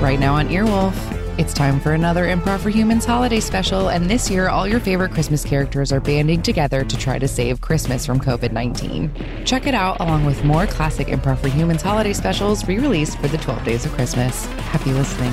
Right now on Earwolf, it's time for another Improv for Humans holiday special, and this year all your favorite Christmas characters are banding together to try to save Christmas from COVID 19. Check it out along with more classic Improv for Humans holiday specials re released for the 12 days of Christmas. Happy listening.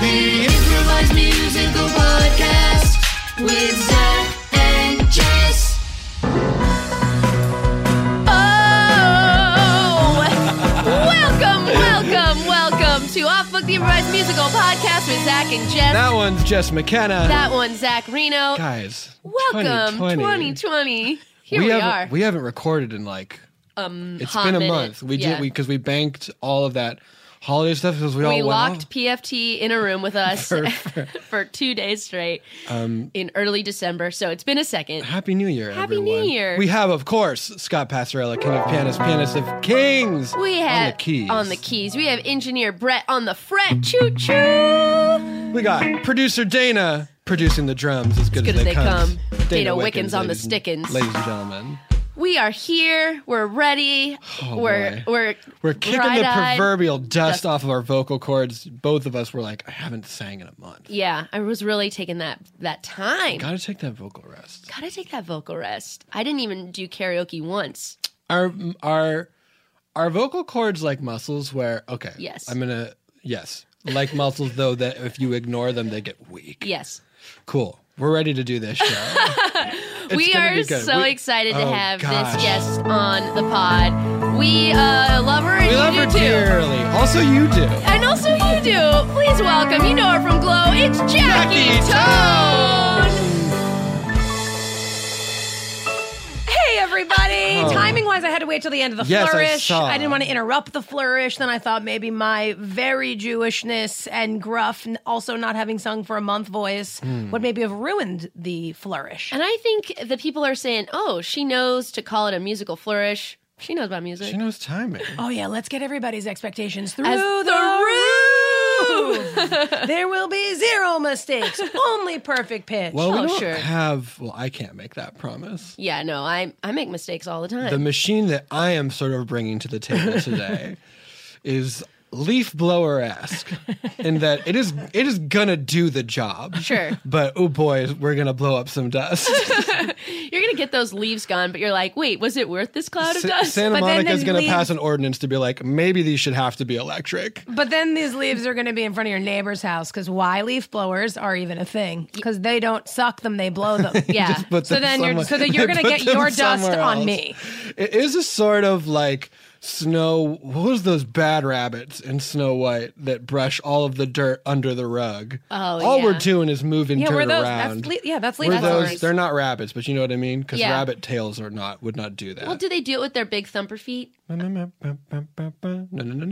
The improvised musical podcast with Zach and Jess. Oh! welcome, welcome, welcome to Off Book, the improvised musical podcast with Zach and Jess. That one's Jess McKenna. That one, Zach Reno. Guys, Welcome, 2020. 2020. Here we, haven't, are. We haven't recorded in like um, it's hot been a minute. month. We Yeah. did we because we banked all of that holiday stuff because we, all we went locked off. PFT in a room with us for, two days straight um, in early December. So it's been a second. Happy New Year, Happy New everyone. Year. We have, of course, Scott Passarella, King of Pianists, Pianist of Kings. We have on the keys. on the keys. We have engineer Brett on the fret. Choo choo. We got producer Dana producing the drums as good, good as they comes. come. Dana Wickens on the ladies and- stickins. Ladies and gentlemen, We are here. We're ready. Oh, we're boy. we're we're kicking the bright-eyed. proverbial dust off of our vocal cords. Both of us were like, I haven't sang in a month. Yeah, I was really taking that that time. Gotta take that vocal rest. Gotta take that vocal rest. I didn't even do karaoke once. our our our vocal cords like muscles where okay Yes. i'm gonna yes like muscles though that if you ignore them they get weak Yes. cool we're ready to do this show It's we gonna are be good. so We- excited to Oh, have gosh. this guest on the pod. We uh, love her and we you love do her too. dearly also you do And also you do. Please welcome, you know her from Glow, it's Jackie, Jackie Tone. Hey everybody! Oh. Timing wise, I had to wait till the end of the Yes, I flourish. saw. didn't want to interrupt the flourish. Then I thought maybe my very Jewishness and gruff, and also not having sung for a month voice, Hmm. would maybe have ruined the flourish. And I think the people are saying, oh, she knows to call it a musical flourish. She knows about music. she knows timing oh yeah, let's get everybody's expectations through As the, the roof. there will be zero mistakes, only perfect pitch. well we Oh, don't sure. have well i can't make that promise yeah, no, I I make mistakes all the time. the machine that i am sort of bringing to the table today is leaf blower esque in that it is it is gonna do the job Sure. but oh boy we're gonna blow up some dust you're gonna get those leaves gone, but you're like, wait, was it worth this cloud of Sa- dust? Santa but then Monica's the going to leaves- pass an ordinance to be like, maybe these should have to be electric. But then these leaves are going to be in front of your neighbor's house because why leaf blowers are even a thing? Because they don't suck them; they blow them. yeah. Just put So them then you're- somewhere- so that you're they gonna put get them your dust somewhere on else. me. It is a sort of like Snow. What was those bad rabbits in Snow White that brush all of the dirt under the rug? Oh, all we're doing is moving Yeah, dirt we're those- that's around. le- yeah, that's We're leading those- horse. They're not rabbits, but you know what I mean, because Yeah. rabbit tails are not would not do that. Well, do they do it with their big thumper feet? No, no, no, no,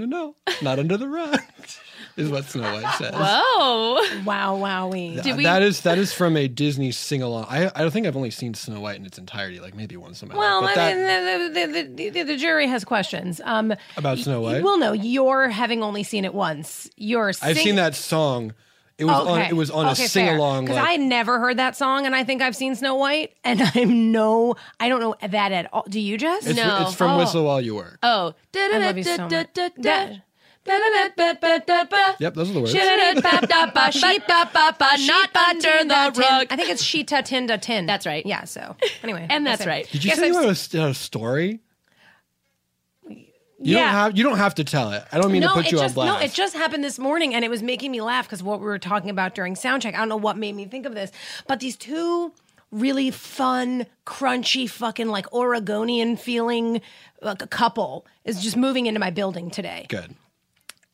no. Not under the rug is what Snow White says. Oh. Whoa! Wow, wowie. Th- that is that is from a Disney sing along. I I don't think I've only seen Snow White in its entirety, like maybe once in my Well, life. but I that- mean, the, the, the, the, the jury has questions. Um, about Snow White. Well, no, you're having only seen it once. You're. I've sing- seen that song. It was on it was on a sing along because like, I had never heard that song, and I think I've seen Snow White, and I'm no, I don't know that at all. Do you, Jess? it's, it's from Oh. Whistle While You Work. Oh, I love you so much. Da-da-da-da-da-da. Yep, those are the words. Ba-da-da-ba-da-ba, sheep-ba-ba-ba, Not sheep-ba under tinda the tin. rug. I think it's Sheeta Tinda Tin. That's right. Yeah. So anyway, And that's it. right. Did you Yes, say I've you had a, s- had a story? You Yeah. don't have you don't have to tell it. I don't mean no, to put it you just, on blast. No, it just happened this morning, and it was making me laugh because what we were talking about during soundcheck. I don't know what made me think of this, but these two really fun, crunchy, fucking like Oregonian feeling like a couple is just moving into my building today. Good.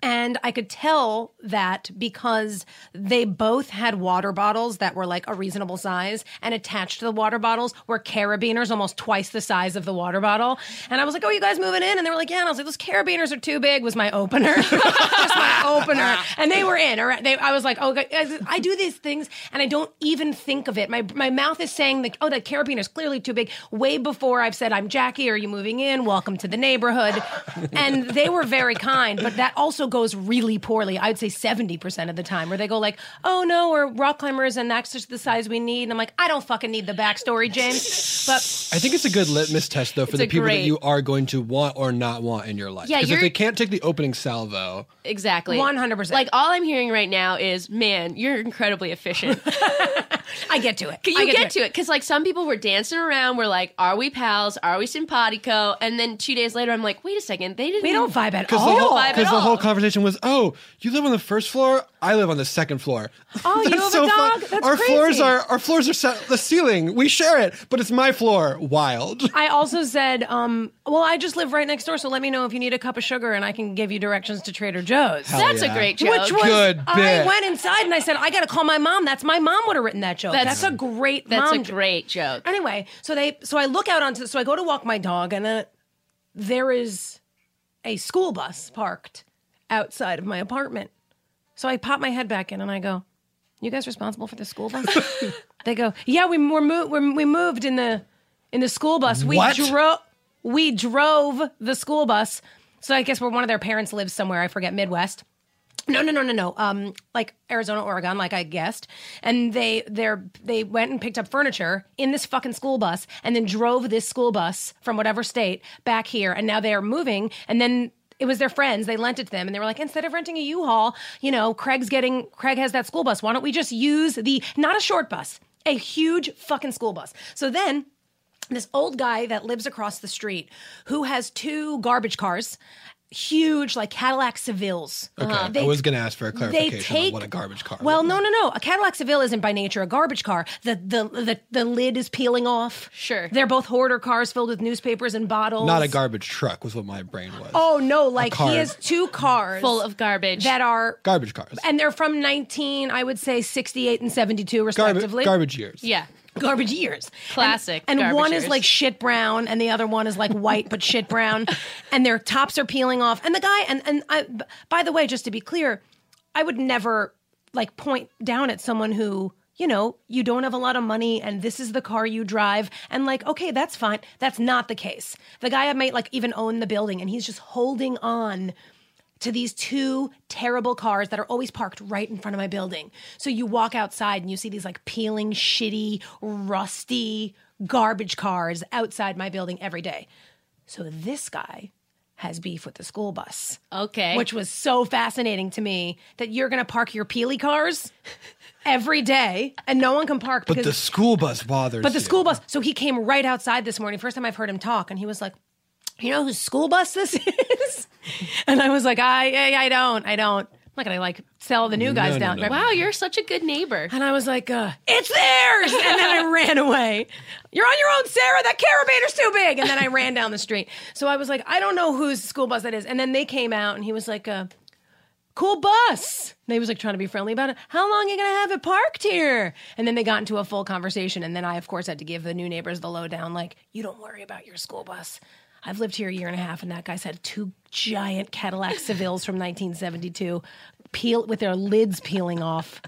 And I could tell that because they both had water bottles that were like a reasonable size, and attached to the water bottles were carabiners almost twice the size of the water bottle. And I was like, Oh, you guys moving in? And they were like, Yeah. And I was like, Those carabiners are too big, was my opener. Just my opener. And they were in. Or they, I was like, Okay, I, I do these things and I don't even think of it. My, my mouth is saying, that, Oh, that carabiner's clearly too big way before I've said, I'm Jackie, are you moving in? Welcome to the neighborhood. and they were very kind, but that also goes really poorly. I would say 70% of the time where they go like, oh no, we're rock climbers and that's just the size we need. And I'm like, I don't fucking need the backstory, James. But I think it's a good litmus test, though, for It's the a people great- that you are going to want or not want in your life. Yeah, Because if you're- they can't take the opening salvo, Exactly. 100%. Like, all I'm hearing right now is, man, you're incredibly efficient. I get to it. Can I you get, to it? Because, like, some people were dancing around. We're like, are we pals? Are we simpatico? And then two days later, I'm like, wait a second. They didn't. We don't vibe at They because the, don't whole- vibe 'cause at the all. whole conversation was, "Oh, you live on the first floor. I live on the second floor." Oh, you That's have a so fun. dog? That's our crazy. floors are our floors are set, the ceiling. We share it, but it's my floor. Wild. I also said, um, well, I just live right next door, so let me know if you need a cup of sugar and I can give you directions to Trader Joe's. Hell That's a yeah. great joke. Which was, Good I bit. went inside and I said, I got to call my mom. That's my mom would have written that joke. That's, That's- a great That's mom a great joke. Anyway, so they so I look out onto so I go to walk my dog and then there is a school bus parked outside of my apartment. So I pop my head back in and I go, "You guys responsible for the school bus?" they go, "Yeah, we we're, mo- we're we moved in the in the school bus. We What? drove we drove the school bus. So I guess where one of their parents lives somewhere, I forget Midwest." No, no, no, no, no. Um, like Arizona, Oregon, like I guessed, and they they are they went and picked up furniture in this fucking school bus, and then drove this school bus from whatever state back here, and now they are moving, and then. It was their friends. They lent it to them, and they were like, instead of renting a U-Haul, you know, Craig's getting Craig has that school bus. Why don't we just use the not a short bus, a huge fucking school bus? So then this old guy that lives across the street who has two garbage cars, huge like Cadillac Sevilles. Okay, Uh, I was going to ask for a they clarification take- on what a garbage car. well, no, no, no. A Cadillac Seville isn't by nature a garbage car. The the the, the lid is peeling off. Sure. They're both hoarder cars filled with newspapers and bottles. Not a garbage truck was what my brain was. Oh no! Like car. he has two cars Full of garbage. that are Garbage cars. and they're from 19, I would say 68 and 72 respectively. Garbage, garbage years. Yeah. Garbage years. Classic And, and garbage one is years. like shit brown, and the other one is like white but shit brown, and their tops are peeling off. And the guy, and and I, b- by the way, just to be clear, I would never like point down at someone who you know you don't have a lot of money and this is the car you drive and like okay that's fine that's not the case the guy i might like even own the building and he's just holding on to these two terrible cars that are always parked right in front of my building. So you walk outside and you see these like peeling, shitty, rusty garbage cars outside my building every day. So this guy has beef with the school bus. Okay. Which was so fascinating to me that you're going to park your peely cars every day and no one can park But because the school bus bothers. but the you. school bus. So he came right outside this morning. First time I've heard him talk, and he was like, "You know whose school bus this is?" and I was like, "I, I, I don't, I don't." not gonna like sell the new guys no, down. no. Wow, you're such a good neighbor. And I was like, uh, it's theirs. And then I ran away. You're on your own, Sarah. That carabiner's too big. And then I ran down the street. So I was like, I don't know whose school bus that is. And then they came out and he was like, uh, cool bus. And he was like trying to be friendly about it. How long are you going to have it parked here? And then they got into a full conversation. And then I, of course, had to give the new neighbors the lowdown like, you don't worry about your school bus. I've lived here a year and a half, and that guy's had two giant Cadillac Sevilles from 1972 peel with their lids peeling off.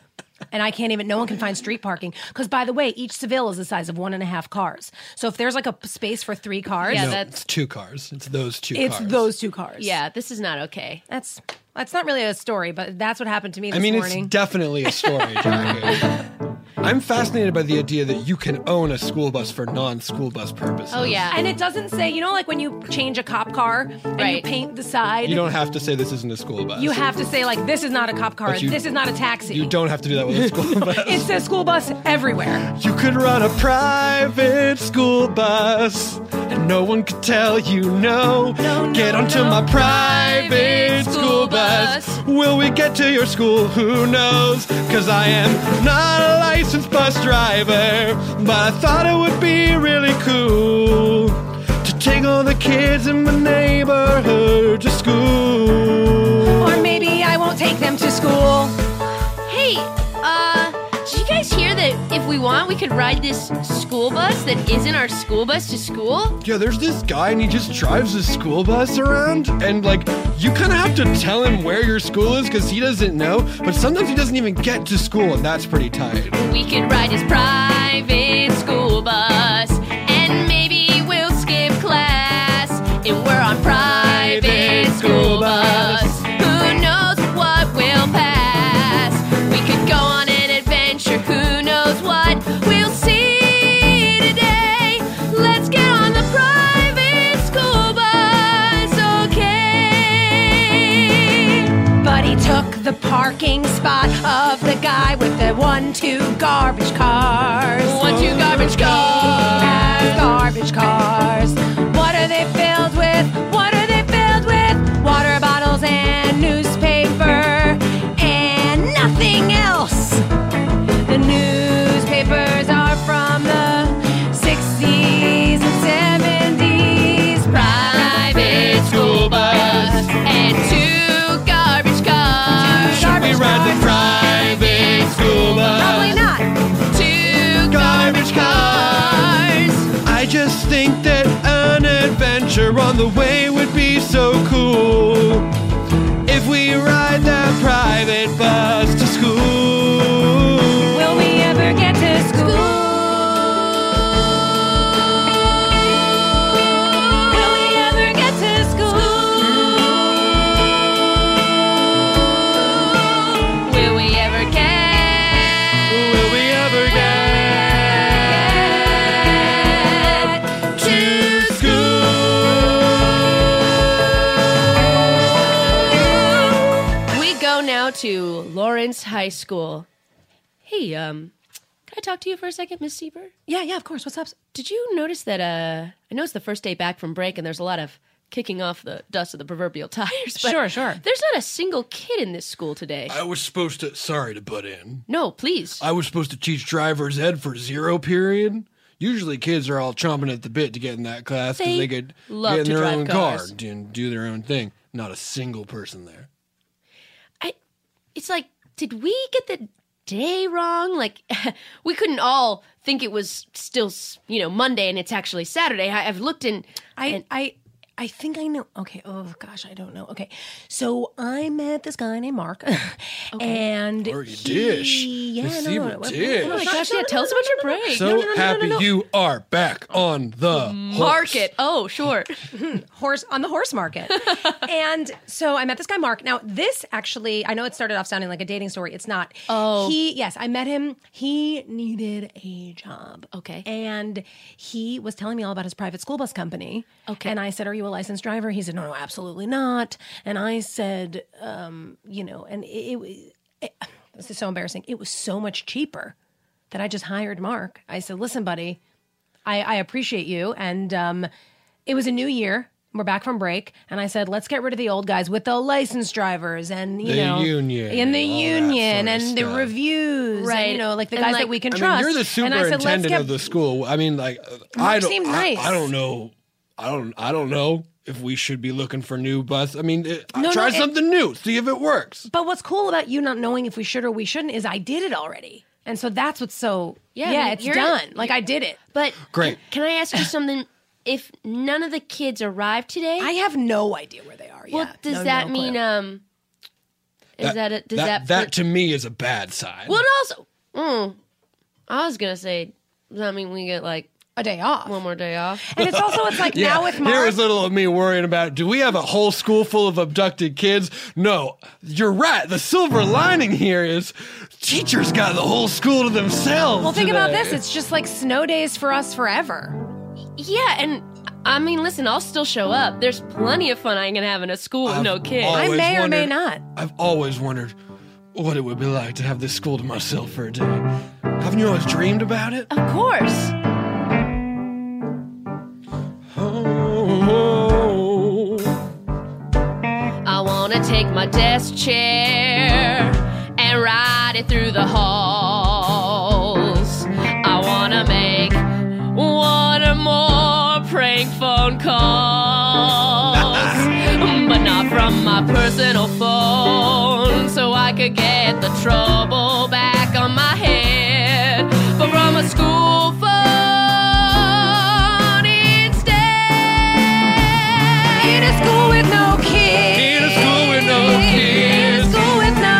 And I can't even, no one can find street parking. Because, by the way, each Seville is the size of one and a half cars. So if there's like a p- space for three cars, no, it's two cars. It's those two it's cars. those two cars. Yeah, this is not okay. That's that's not really a story, but that's what happened to me this I mean, morning. it's definitely a story. Jackie. I'm fascinated by the idea that you can own a school bus for non-school bus purposes. Oh yeah, and it doesn't say, you know, like when you change a cop car and you Right. paint the side, You don't have to say this isn't a school bus. you have to say, like, this is not a cop car, But you- this is not a taxi. You don't have to do that with a school bus. it says school bus everywhere. You could run a private school bus, and no one could tell you no. get onto my private school bus. Will we get to your school? Who knows? Cause I am not a licensed bus driver, but I thought it would be really cool to take all the kids in my neighborhood to school. Or maybe I won't take them to school. Hey, uh, did you guys hear that if we want, we could ride this school bus that isn't our school bus to school? Yeah, there's this guy and he just drives his school bus around and like you kind of have to tell him where your school is cuz he doesn't know, but sometimes he doesn't even get to school and that's pretty tight. We could ride his private school bus, and maybe we'll skip class, and we're on private school bus. Who knows what will pass? We could go on an adventure. Who knows what we'll see today? Let's get on the private school bus, okay? But he took the parking spot of the guy with the one, two garbage cars. One, two, garbage go. As garbage cars. What are they filled with? What are they filled with? Water bottles and newspaper and nothing else. The newspapers are from the 60s and 70s. Private school bus and two garbage cars. Should We ride the private school Probably bus. not. Two Garbage cars. I just think that an adventure on the way would be so cool. If we ride that private bus to school. Will we ever get to school? Will we ever get to school? Will we ever get Will we ever get to school? We go now to Lawrence High School. Hey, um, can I talk to you for a second, Miss Sieber? Yeah, yeah, of course. What's up? Did you notice that? Uh, I know it's the first day back from break, and there's a lot of kicking off the dust of the proverbial tires. But Sure, sure. There's not a single kid in this school today. I was supposed to. Sorry to butt in. no, please. I was supposed to teach driver's ed for zero period. Usually, kids are all chomping at the bit to get in that class because They they, could love get in to their drive own cars. car and do their own thing. Not a single person there. I, it's like, did we get the day wrong? Like, we couldn't all think it was still, s- you know, Monday and it's actually Saturday. I, I've looked in. I, I, I think I know. Okay. Oh gosh, I don't know. Okay. So I met this guy named Mark, and Or you he- dish. Yeah, Miss no, Zebra no, no, dish. no, oh my no, gosh, no, yeah, no, tell us no, about your no, no, no, break. So no, no, no, happy no, no. you are back on the Market. Oh, sure. horse on the horse market. and so I met this guy Mark. Now this actually, I know it started off sounding like a dating story. It's not. Oh. he yes, I met him. He needed a job. Okay. and he was telling me all about his private school bus company. Okay. and I said, "Are you a licensed driver?" He said, "No, no, absolutely not." And I said, um, "You know," and it, it, it this is so embarrassing. It was so much cheaper that I just hired Mark. I said, "Listen, buddy." I, I appreciate you. And um, it was a new year. We're back from break, and I said, "Let's get rid of the old guys with the licensed drivers and you The know, union, in the all that union sort of and the stuff. reviews, right? Right. you know, like the And, guys like- that we can I mean, trust." you're the and I said, superintendent "Let's get of the school. I mean, like, uh, I Mark don't, seemed I, nice. I don't know. I don't, I don't know if we should be looking for new bus. I mean, it, No, no, try it- something new, see if it works. But what's cool about you not knowing if we should or we shouldn't is I did it already. And so that's what's so yeah, Yeah, I mean, it's you're- done. Like I did it. But Great. Can I ask you something? If none of the kids arrive today, I have no idea where they are. well, yeah. does No- that no clue. mean um? Is that, a, does that that, that to me is a bad sign? well, and also, mm, I was gonna say, does that mean we get like a day off? one more day off? and it's also it's like now with There Mark, was little of me worrying about do we have a whole school full of abducted kids? No, you're right. The silver lining here is teachers got the whole school to themselves. well, think about today. this. It's just like snow days for us forever. yeah, and I mean, listen, I'll still show up. There's plenty of fun I can have in a school with I've no kids. always I may or may not. wondered- I've always wondered what it would be like to have this school to myself for a day. Haven't you always dreamed about it? of course. Oh, I wanna take my desk chair and ride it through the halls. I wanna make one or more prank phone calls, but not from my personal phone, so I could get the trouble back on my head, but from a school phone instead. In a school with no kids. in a school with no In a kids. school with no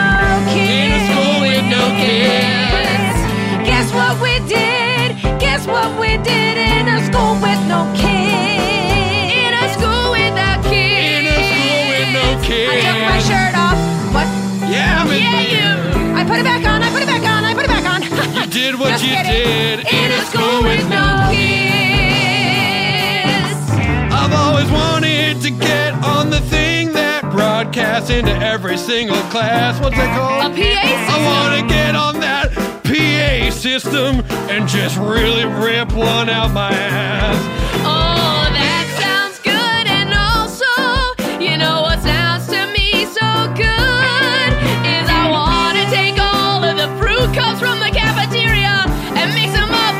In a kids. school with no kids. Guess what we did? Guess what we did in a school with no kids? In a school without kids. In a school with no kids. I took my shirt off. What? Yeah, I'm in- you. I put it back on. I put it back on. I put it back on. You did what Just you kidding. did in a school with no kids. I've always wanted to get on the thing that broadcasts into every single class. What's that called? A PA I want to get on that PA system and just really rip one out my ass. Oh, that sounds good. And also, you know what sounds to me so good is I want to take all of the fruit cups from the cafeteria and mix them up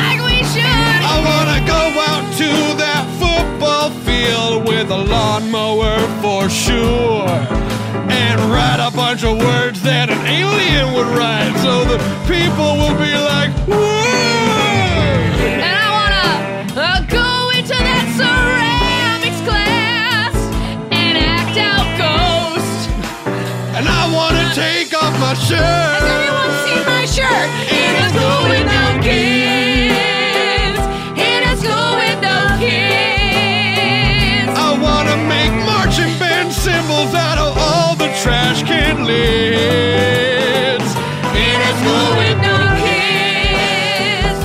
like we should. I want to go out to that football field with a lawnmower for sure. And write a bunch of words that an alien would write so that people will be like, whoa! And I want to uh, go into that ceramics class and act out ghost. And I wanna take off my shirt. Has anyone seen my shirt? In a school with no kids. In a school with no kids. I wanna make marching band symbols out of all the trash can lids. In a school with no kids.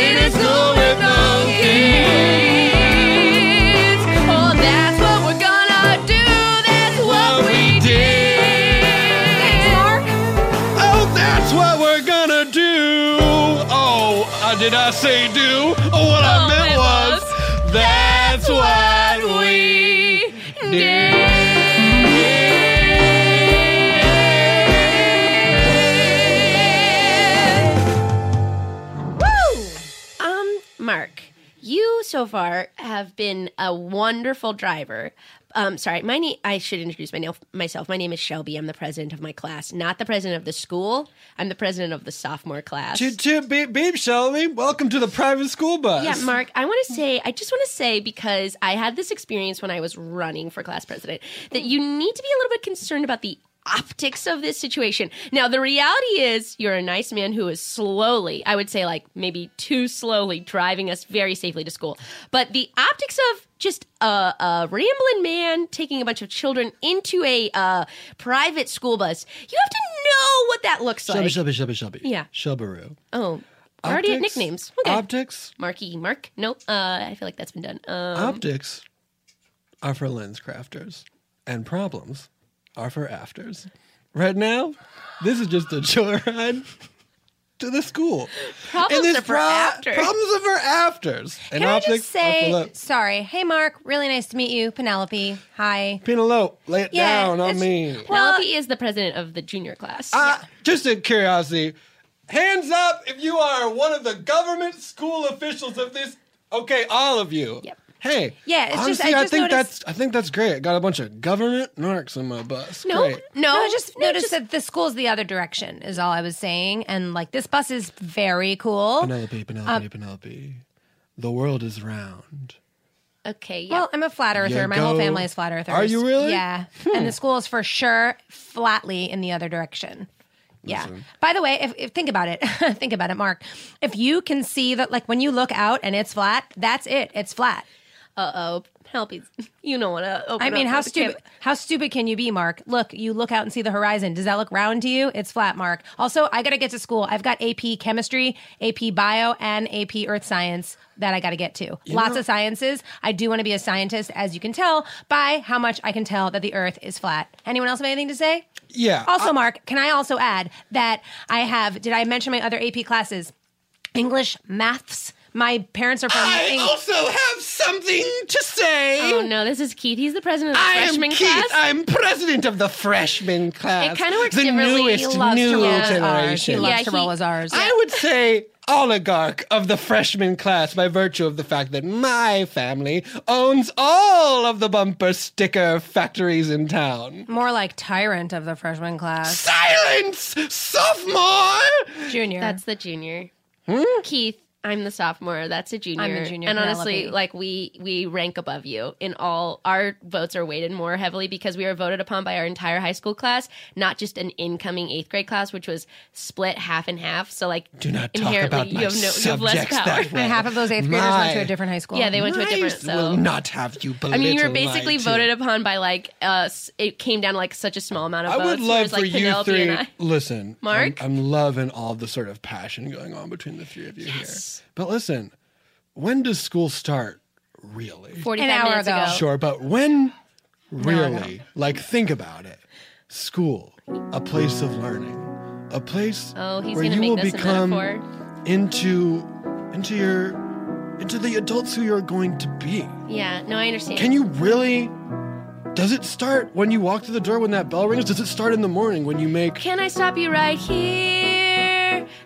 In a school with no kids. Oh, that's what we're gonna do. That's what we did. Oh, that's what we're gonna do. Oh, uh, did I say do? Oh, what I Oh, meant it was, that's what we did. Um, Mark, you so far have been a wonderful driver. Um, sorry, my name. I should introduce my nail- myself. My name is Shelby. I'm the president of my class, not the president of the school. I'm the president of the sophomore class. Choo choo, beep beep, Shelby. Welcome to the private school bus. Yeah, Mark, I want to say, I just want to say because I had this experience when I was running for class president that you need to be a little bit concerned about the optics of this situation. Now, the reality is you're a nice man who is slowly, I would say like maybe too slowly driving us very safely to school. But the optics of just a, a rambling man taking a bunch of children into a uh, private school bus, you have to know what that looks Shelby, like. Shelby, Shelby, Shelby. Yeah. Shelbaroo. Oh, I already at Optics? nicknames. Okay. Optics. Marky Mark? Nope. Uh, I feel like that's been done. Uh, Um, Optics are for lens crafters, and problems are for afters. Right now, this is just a joyride to the school. Problems there's of her pro- afters. Problems of her afters. And Can I optics- just say, Penelope. sorry. Hey, Mark. Really nice to meet you, Penelope. Hi. Penelope, lay it Yeah, down on it's- me. Penelope is the president of the junior class. Uh, Just a curiosity, hands up if you are one of the government school officials of this. Okay, all of you. Yep. Hey. Yeah, it's just- honestly, I I, just think noticed- that's I think that's great. I got a bunch of government narcs on my bus. no, Great. no, I just noticed that the school's the other direction, is all I was saying. And like, this bus is very cool. Penelope, Penelope, Uh, Penelope. The world is round. Okay, yeah. Well, I'm a flat earther. You My whole go- family is flat earthers. Are you really? Hmm. Yeah. And the school is for sure flatly in the other direction. Yeah. By the way, if, if think about it, think about it, Mark. If you can see that, like when you look out and it's flat, that's it. It's flat. uh oh, Penelope, you don't want to. I mean, how stupid? How stupid can you be, Mark? Look, you look out and see the horizon. Does that look round to you? It's flat, Mark. Also, I gotta get to school. I've got AP Chemistry, AP Bio, and AP Earth Science that I gotta get to. Lots of sciences. I do want to be a scientist, as you can tell by how much I can tell that the Earth is flat. Anyone else have anything to say? Yeah. Also, Mark, can I also add that I have? Did I mention my other AP classes? English, maths. My parents are from. I Eng- also have something to say. Oh no, this is Keith. He's the president of the I am freshman Keith. Uh, class. I'm president of the freshman class. It kinda works the differently. Newest, He loves to new roll his Ours. He generation. loves Yeah, to roll he- his R's. I would say oligarch of the freshman class by virtue of the fact that my family owns all of the bumper sticker factories in town. More like tyrant of the freshman class, Silence, sophomore! junior. That's the junior. Hmm? Keith, I'm the sophomore. That's a junior. I'm a junior, And honestly, Penelope. like we we rank above you in all. Our votes are weighted more heavily because we were voted upon by our entire high school class, not just an incoming eighth grade class, which was split half and half. So like, Do not talk inherently, about my you have no, you have less subjects power. that way. and half of those eighth graders went to My- a different high school. Yeah, they went to a different. Christ will So not have you belittle I mean, you were my basically two- voted upon by like uh, s- it came down to, like such a small amount of I votes. would It love was, like, for you Penelope three. and I. Listen, Mark? I'm, I'm loving all the sort of passion going on between the three of you here. But listen, when does school start? Really? Forty-five hour minutes ago. ago. Sure, but when? Really? Like, think about it. School, a place of learning, a place Oh, he's where gonna you make will this a become metaphor. into into your into the adults who you're going to be. Yeah. No, I understand. Can you really? Does it start when you walk through the door when that bell rings? Does it start in the morning when you make Can I stop you right here?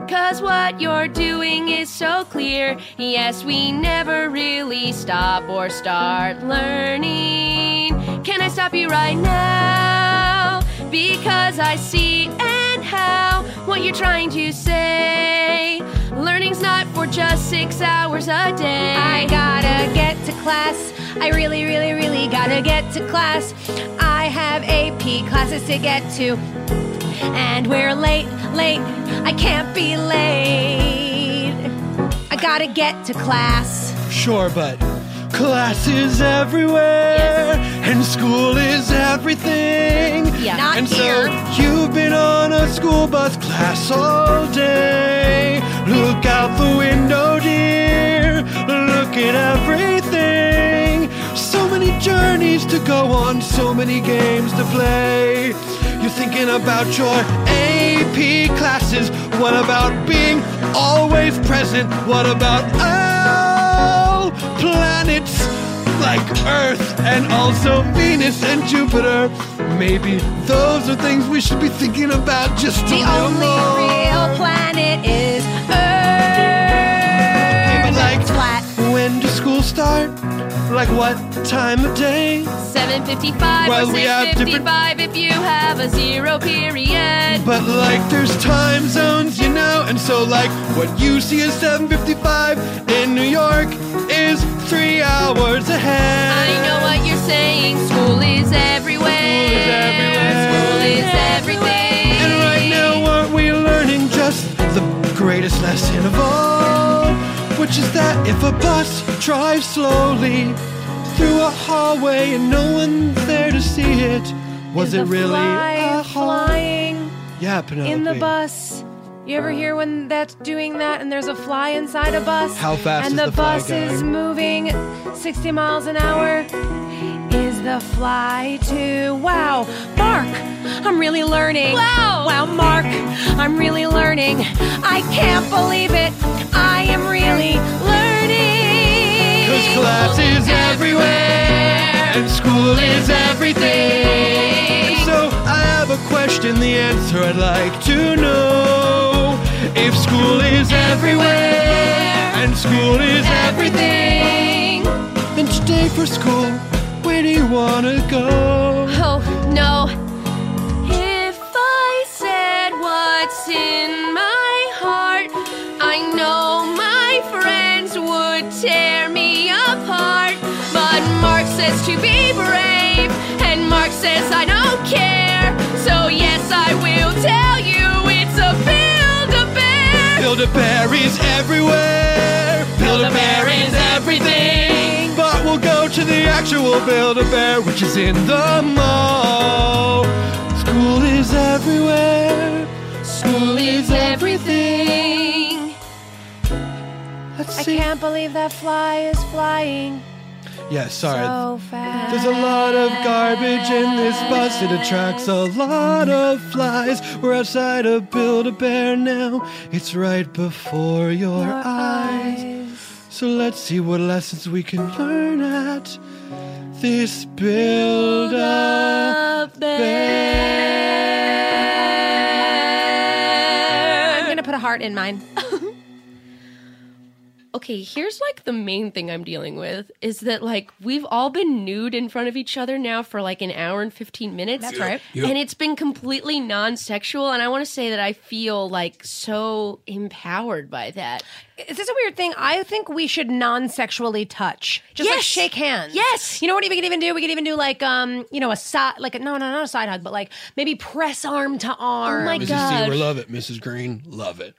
Cause what you're doing is so clear. Yes, we never really stop or start learning. Can I stop you right now? Because I see and how what you're trying to say. Learning's not for just six hours a day. I gotta get to class. I really, really, really gotta get to class. I have AP classes to get to, and we're late, late. I can't be late. I gotta get to class. Sure, but class is everywhere, and school is everything. Yeah. Not and here. so you've been on a school bus class all day. Look out the window, dear. Look at everything. So many journeys to go on, so many games to play. You're thinking about your AP classes. What about being always present? What about all planets like Earth and also Venus and Jupiter? Maybe those are things we should be thinking about just a The little only more. real planet is Earth. Okay, but like, that's flat. when does school start? Like what time of day? 755 Well, or we have different- 655 if you have a zero period. But like there's time zones, you know, and so like what you see as 7:55 in New York is 3 hours ahead. I know what you're saying. School is everywhere. School is everywhere. School is everything. And right now aren't we learning just the greatest lesson of all, which is that if a bus drives slowly through a hallway and no one's there to see it, was Is it a really fly a hallway? flying? Yeah, Penelope. in the bus. You ever hear when that's doing that and there's a fly inside a bus? How fast And is the, the fly bus is going? moving 60 miles an hour. Is the fly to? Wow, Mark, I'm really learning. Wow, wow, Mark, I'm really learning. I can't believe it. I am really learning. Cause class is everywhere, and school is everything. And so I have a question, the answer I'd like to know. If school is everywhere, and school is everything, then today for school, where do you wanna go? Oh no. If I said what's in my heart, I know my friends would tear me apart. But Mark says to be brave, and Mark says I don't care. So yes, I will tell you it's a build a bear. Build-A-Bear is everywhere. Build-A-Bear is everything. But we'll go to the actual Build-A-Bear, which is in the mall. School is everywhere. School is everything. Let's I see. can't believe that fly is flying Yeah, sorry. so fast. There's a lot of garbage in this bus. It attracts a lot of flies. We're outside of Build-A-Bear now. It's right before your eyes. So let's see what lessons we can learn at this I'm Build-A-Bear. gonna put a heart in mine. okay, here's like the main thing I'm dealing with is that like we've all been nude in front of each other now for like an hour and 15 minutes. That's right. And it's been completely non sexual. And I want to say that I feel like so empowered by that. Is this a weird thing? I think we should non-sexually touch. Just like Yes. shake hands. Yes. You know what we could even do? We could even do like um, you know, a side like a, no, no, not a side hug, but like maybe press arm to arm. my Mrs. gosh. Seaver, love it. Mrs. Green, love it.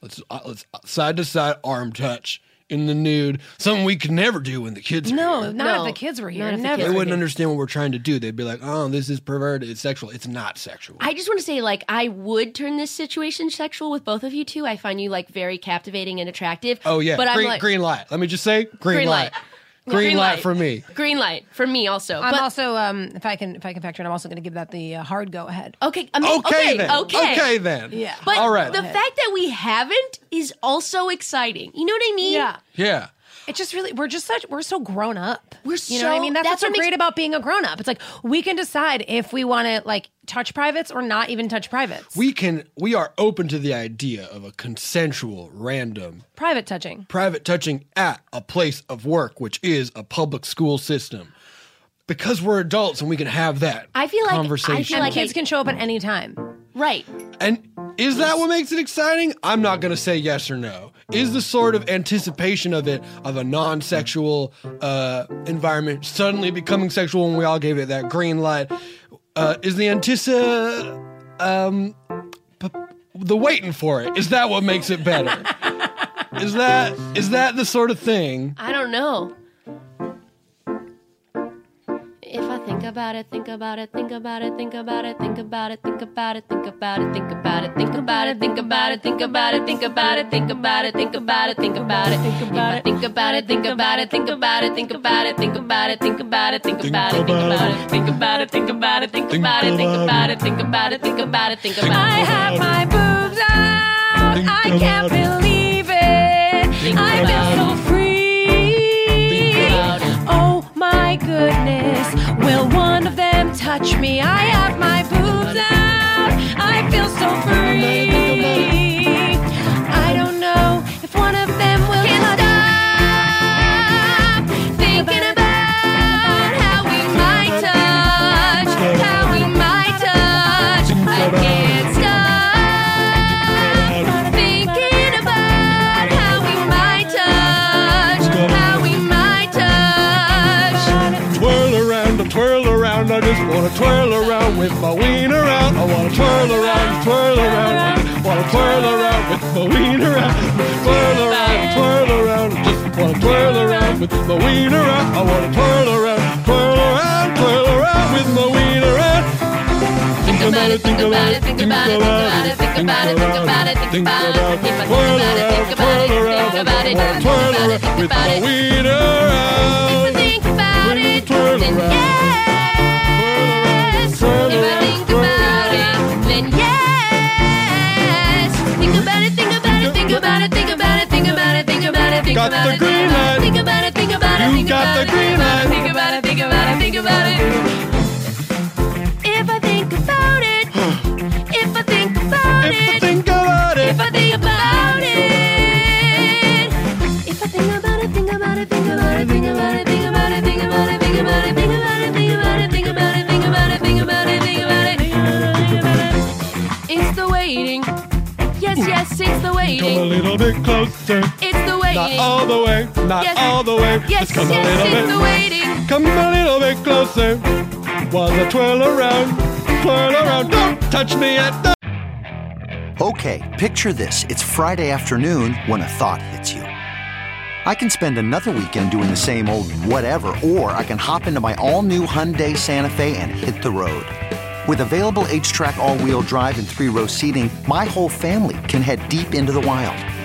Let's uh, let's uh, side to side arm touch in the nude. Something we could never do when the kids. are No, here. not No. if the kids were here. Not if the Never. kids They wouldn't understand what we're trying to do. They'd be like, "Oh, this is perverted. It's sexual. It's not sexual." I just want to say, like, I would turn this situation sexual with both of you two. I find you like very captivating and attractive. oh yeah, but green, I'm like green light. Let me just say, green, Green light. light. Green, light. for me. Green light for me also. I'm but, also um, if I can if I can factor in, I'm also going to give that the uh, hard go ahead. okay. I mean, Okay, okay, then. okay, then. Yeah. But all right. the fact that we haven't is also exciting. You know what I mean? Yeah. yeah. It's just really we're just such we're so grown up. We're you know what I so- mean. That's, that's what's what great makes- about being a grown up. It's like we can decide if we want to like touch privates or not even touch privates. We can. We are open to the idea of a consensual, random Private touching. private touching at a place of work, which is a public school system. Because we're adults and we can have that I feel like- I feel conversation. And like kids I- can show up at any time. Right. And is that what makes it exciting? I'm not going to say yes or no. Is the sort of anticipation of it, of a non sexual uh, environment suddenly becoming sexual when we all gave it that green light, uh, is the antici- um, p- the waiting for it, is that what makes it better? is that is that the sort of thing? I don't know. If I think about it, think about it, think about it, think about it, think about it, think about it, think about it, think about it, think about it, think about it, think about it, think about it, think about it, think about it, think about it, think about it, think about it, think about it, think about it, think about it, think about it, think about it, think about it, think about it, think about it, think about it, think about it, think about it, think about it, think about it, think about I it. have my boobs out. I can't believe it. I feel so free. Oh my goodness. Will one of them touch me? I have my boobs out. I feel so free. I don't know if one of them will touch stop thinking about how we might touch, how we might touch. I can't stop thinking about how we might touch, how we might touch. Twirl around, I twirl around, I just wanna twirl around with my wiener out. I wanna twirl around, twirl around, wanna twirl around with my wiener out. Twirl around, twirl around, just wanna twirl around with my wiener out. I wanna twirl around, twirl around, twirl around with my wiener out. Think about it, think about it, think about it, think about it, think about it, think about it, think about twirl it, around, think about it, twirl around, think about it, wanna think twirl about it, around think with about my it. wiener out. Think about it, Twirl then around. yeah. Not waiting. all the way, not Yes. all the way. Yes, Just oh, come yes, a little it's bit. the waiting. Come a little bit closer. While I twirl around, twirl around. Don't touch me at the. Okay, picture this. It's Friday afternoon when a thought hits you. I can spend another weekend doing the same old whatever, or I can hop into my all new Hyundai Santa Fe and hit the road. With available H track, all wheel drive, and three row seating, my whole family can head deep into the wild.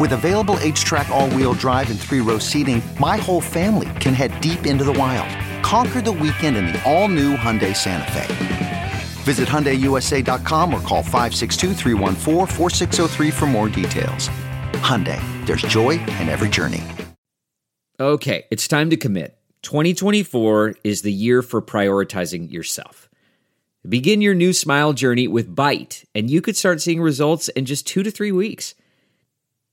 With available H-track all-wheel drive and three-row seating, my whole family can head deep into the wild. Conquer the weekend in the all-new Hyundai Santa Fe. Visit HyundaiUSA.com or call 562-314-4603 for more details. Hyundai, there's joy in every journey. Okay, it's time to commit. 2024 is the year for prioritizing yourself. Begin your new smile journey with Bite, and you could start seeing results in just two to three weeks.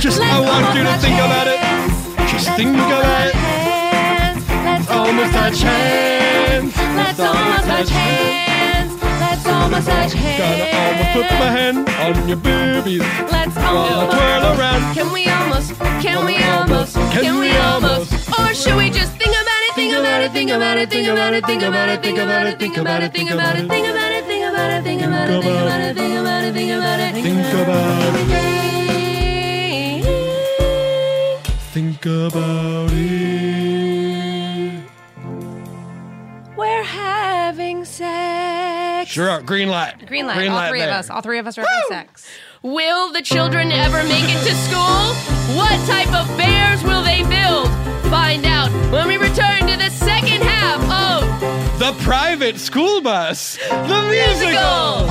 Just I want you to think about it. Just think about it. Let's almost touch hands. Oh, Let's almost touch hands. Let's almost touch hands. Gotta almost put my hand on your boobies. Let's While I almost twirl around. Can we almost? Can we almost? Can we almost? Or should we just think about it? Think about it. Think about it. Think about it. Think about it. Think about it. Think about it. Think about it. Think about it. Think about it. Think about it. Think about it. Think about it. Think about it. Think about it. Think about it. We're having sex. Sure, are. green light. Green light. all three of us. All three of us are having sex. Will the children ever make it to school? What type of bears will they build? Find out when we return to the second half of The private school bus. The musical.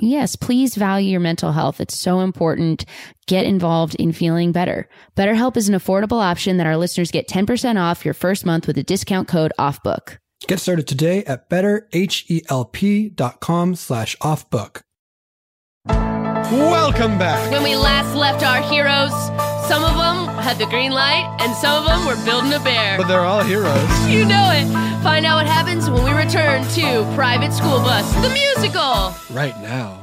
Yes, please value your mental health. It's so important. Get involved in feeling better. BetterHelp is an affordable option that our listeners get 10% off your first month with the discount code OFFBOOK. Get started today at betterhelp.com slash offbook. Welcome back. when we last left our heroes. Some of them had the green light, and some of them were building a bear. But they're all heroes. You know it. Find out what happens when we return to Private School Bus, the musical. Right now.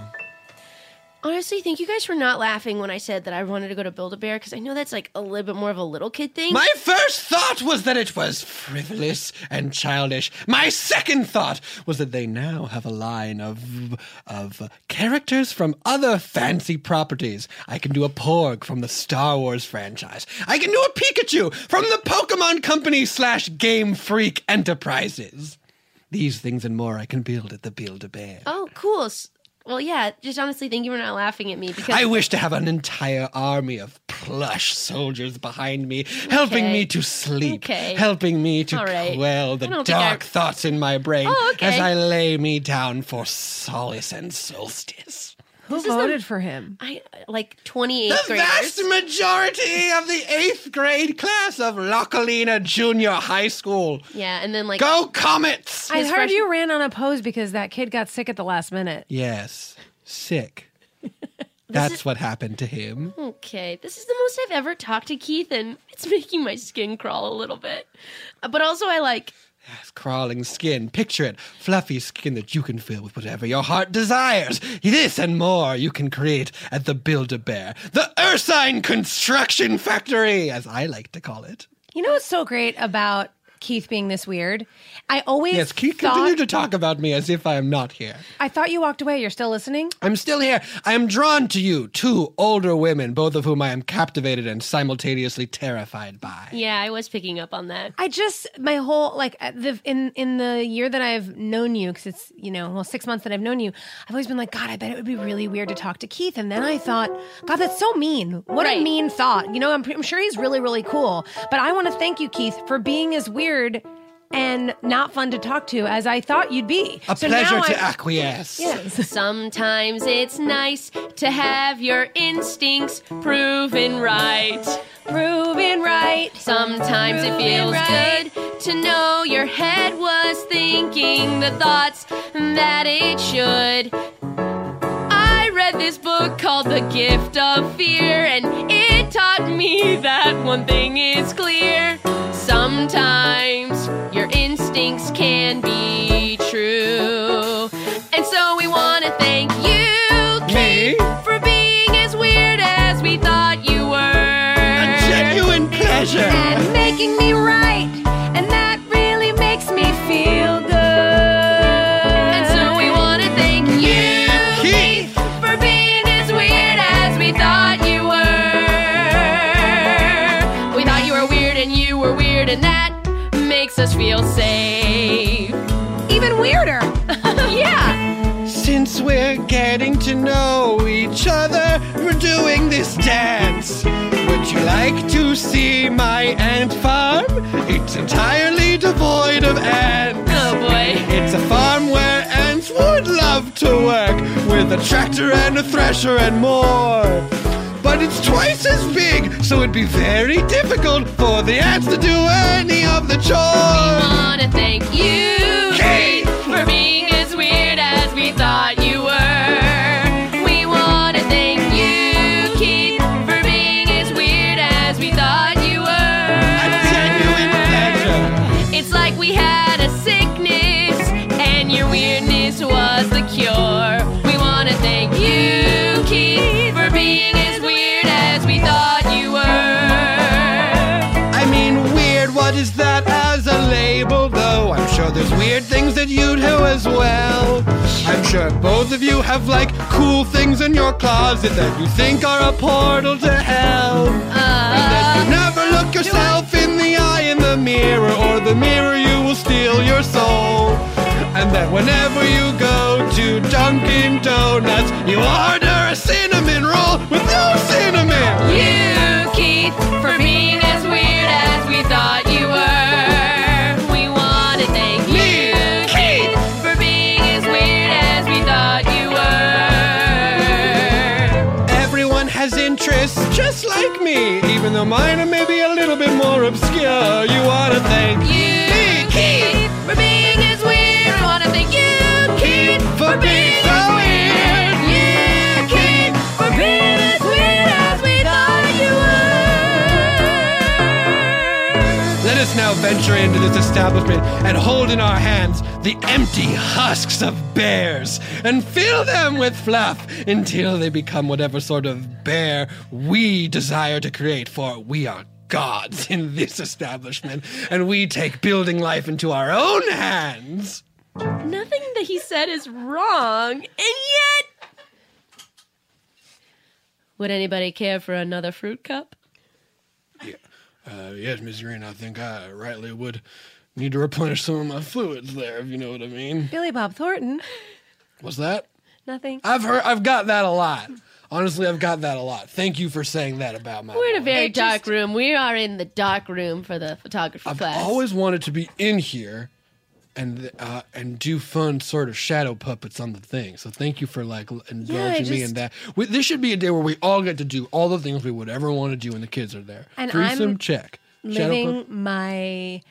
Honestly, thank you guys for not laughing when I said that I wanted to go to Build a Bear because I know that's like a little bit more of a little kid thing. My first thought was that it was frivolous and childish. My second thought was that they now have a line of of characters from other fancy properties. I can do a Porg from the Star Wars franchise. I can do a Pikachu from the Pokemon Company slash Game Freak Enterprises. These things and more I can build at the Build a Bear. oh, cool. S- Well, yeah. Just honestly, thank you for not laughing at me because I wish to have an entire army of plush soldiers behind me, helping Okay. me to sleep, Okay. helping me to All right. quell the I don't think I- dark thoughts in my brain Oh, okay. as I lay me down for solace and solstice. Who This is the- voted for him? I like 28 The graders. vast majority of the eighth grade class of Localina Junior High School. Yeah, and then like Go Comets! I His heard freshman- you ran unopposed because that kid got sick at the last minute. Yes, sick. That's what happened to him. Okay, this is the most I've ever talked to Keith, and it's making my skin crawl a little bit. Uh, But also, I like His crawling skin. Picture it. Fluffy skin that you can fill with whatever your heart desires. This and more you can create at the Build a Bear, the Ursine Construction Factory, as I like to call it. You know what's so great about Keith being this weird? I always Yes, keep thought, continue to talk about me as if I am not here. I thought you walked away. You're still listening? I'm still here. I am drawn to you, two older women, both of whom I am captivated and simultaneously terrified by. Yeah, I was picking up on that. I just my whole like at the in in the year that I've known you because it's you know well six months that I've known you I've always been like God I bet it would be really weird to talk to Keith and then I thought God that's so mean what a mean thought you know I'm, pre- I'm sure he's really really cool but I want to thank you Keith for being as weird and not fun to talk to as I thought you'd be A So pleasure now to I'm- acquiesce. Sometimes it's nice to have your instincts proven right. Proven right. Sometimes it Proven feels right. good to know your head was thinking the thoughts that it should. I read this book called The Gift of Fear, and it taught me that one thing is clear. Sometimes your instincts can be true. And so we want to thank you, Kate, for being as weird as we thought you were. A genuine pleasure. and making me right and that really makes me feel good And so we want to thank you, Keith, for being as weird as we thought you were. We thought you were weird and you were weird, and that makes us feel safe. Even weirder. yeah. Since we're getting to know each other, we're doing this dance. Would you like to see my ant farm? It's entirely devoid of ants. Oh boy. It's a farm where ants would love to work with a tractor and a thresher and more. But it's twice as big, so it'd be very difficult for the ants to do any of the We chores. want to thank you, Keith, for being as weird as we thought you were. We want to thank you, Keith, for being as weird as we thought you were. It's like we had a sickness, and your weirdness was the cure. We want to thank you, Keith, for being as weird as we thought you were. I mean, weird, what is that as a label, though? I'm sure there's weird things that you do as well. I'm sure both of you have, like, cool things in your closet that you think are a portal to hell. and that you never look yourself in the eye in the mirror, or the mirror you will steal your soul. And that whenever you go to Dunkin' Donuts, you order a cinnamon roll with no cinnamon. You, Keith, for being as weird as we thought you were. We want to thank you, Keith, for being as weird as we thought you were. Everyone has interests just like me, even though mine are maybe a little bit more obscure. You ought to thank You, Keith, for being as weird. We want to thank you, Keith, for being so weird. You, Keith, for being as weird as we thought you were. Let us now venture into this establishment and hold in our hands the empty husks of bears and fill them with fluff until they become whatever sort of bear we desire to create, for we are gods in this establishment and we take building life into our own hands. Nothing that he said is wrong, and yet. Would anybody care for another fruit cup? Uh, yes, Miss Green, I think I rightly would need to replenish some of my fluids there, if you know what I mean. Billy Bob Thornton. What's that? Nothing. I've heard, I've got that a lot. Honestly, I've got that a lot. Thank you for saying that about my. We're in a very dark room. We are in the dark room for the photography class. Always wanted to be in here, and uh, and do fun sort of shadow puppets on the thing. So thank you for like l- indulging me in just- that. We, this should be a day where we all get to do all the things we would ever want to do when the kids are there. And Threesome I'm check. Living puppet- my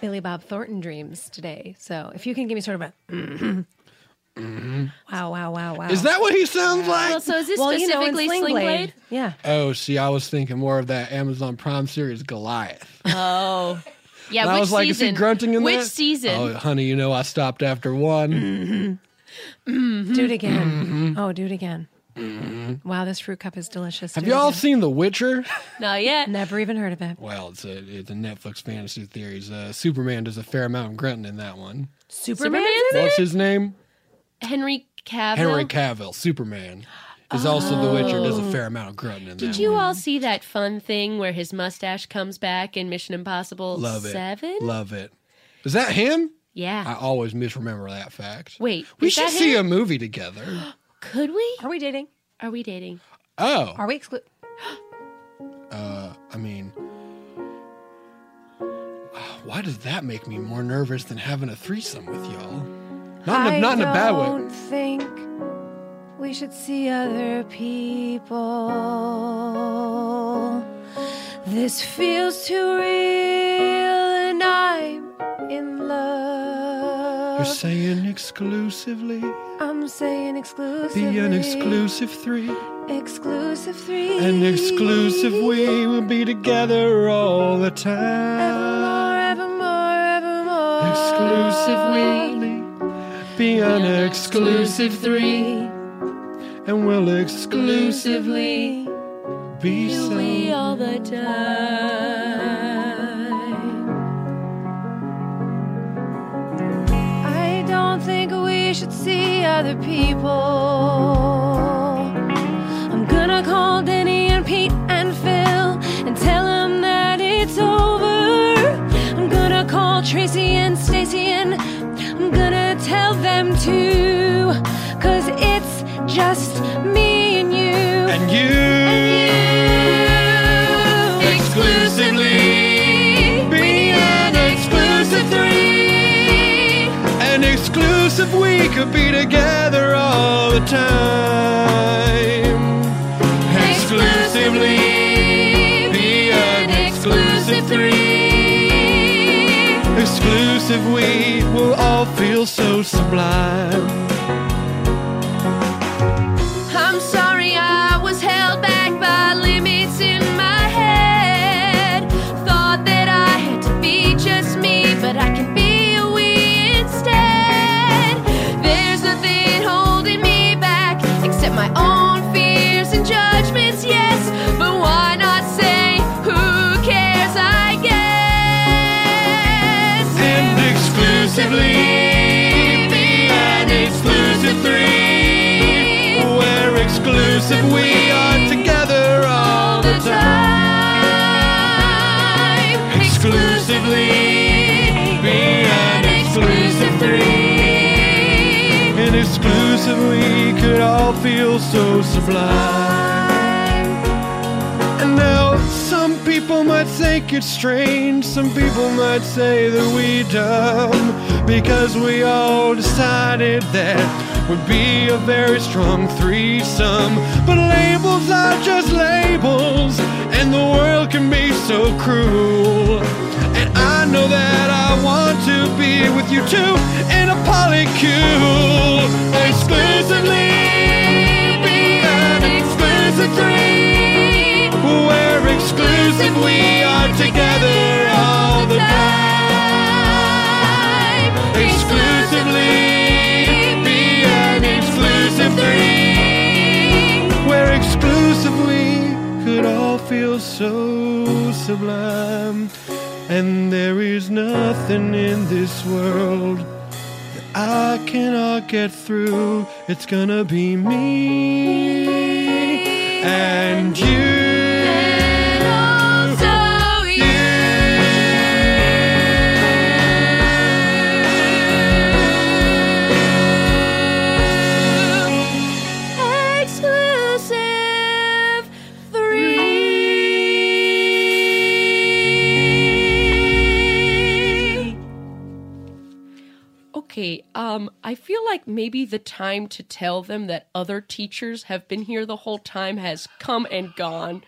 Billy Bob Thornton dreams today. So if you can give me sort of a Mhm. wow, wow, wow, wow. Is that what he sounds like? Well, so is this Well, you know, in specifically Sling Sling Blade. Blade? Yeah. Oh, see, I was thinking more of that Amazon Prime series Goliath. Oh. Yeah, And which I was like, season? is he grunting in which that? season? Oh, honey, you know I stopped after one. Do it again. Oh, do it again. Wow, this fruit cup is delicious. Have Do it y'all again. seen The Witcher? Not yet. Never even heard of it. Well, it's a it's a Netflix fantasy theories. Uh, Superman does a fair amount of grunting in that one. Superman? What's his name? Henry Cavill. Henry Cavill. Superman is also The Witcher. Does a fair amount of grunting in Did that. you one. all see that fun thing where his mustache comes back in Mission Impossible Love it. 7? Love it. Is that him? Yeah. I always misremember that fact. Wait, we is should that see him? a movie together. Could we? Are we dating? Are we dating? Oh, Are we exclu- uh, I mean, ah, why does that make me more nervous than having a threesome with y'all? Not in a, I not in a bad way. don't think we should see other people. This feels too real, and I'm in love. You're saying exclusively I'm saying exclusively. be an exclusive three. Exclusive three. An exclusive we will be together all the More, time. evermore, evermore. Exclusive we be an exclusive three. And we'll exclusively be We so. all the time. I don't think we should see other people. I'm gonna call Denny and Pete and Phil and tell them that it's over. I'm gonna call Tracy and Stacy and I'm gonna tell them too. Cause it's just me and you. And you exclusively be an exclusive three. An exclusive we could be together all the time. Exclusively be an exclusive three. Exclusive we will all feel so sublime. I'm sorry I was held back by limits in my head. Thought that I had to be just me, but I can be a we instead. There's nothing holding me back except my own fears and judgments, yes. But why not say, who cares, I guess? And exclusively be an exclusive three. We're exclusive, we are together all the time. Exclusively be an exclusive three. And exclusive, we could all feel so sublime. And now some people might think it's strange, some people might say that we dumb because we all decided that would be a very strong threesome. But labels are just labels, and the world can be so cruel. And I know that I want to be with you too in a polycule exclusively. Be an exclusive three. We're exclusive. We are together all the time. Exclusively. Be an exclusive three. We're exclusive. We could all feel so sublime. And there is nothing in this world I cannot get through. It's gonna be me and you. So exclusive three. okay, um, I feel like maybe the time to tell them that other teachers have been here the whole time has come and gone.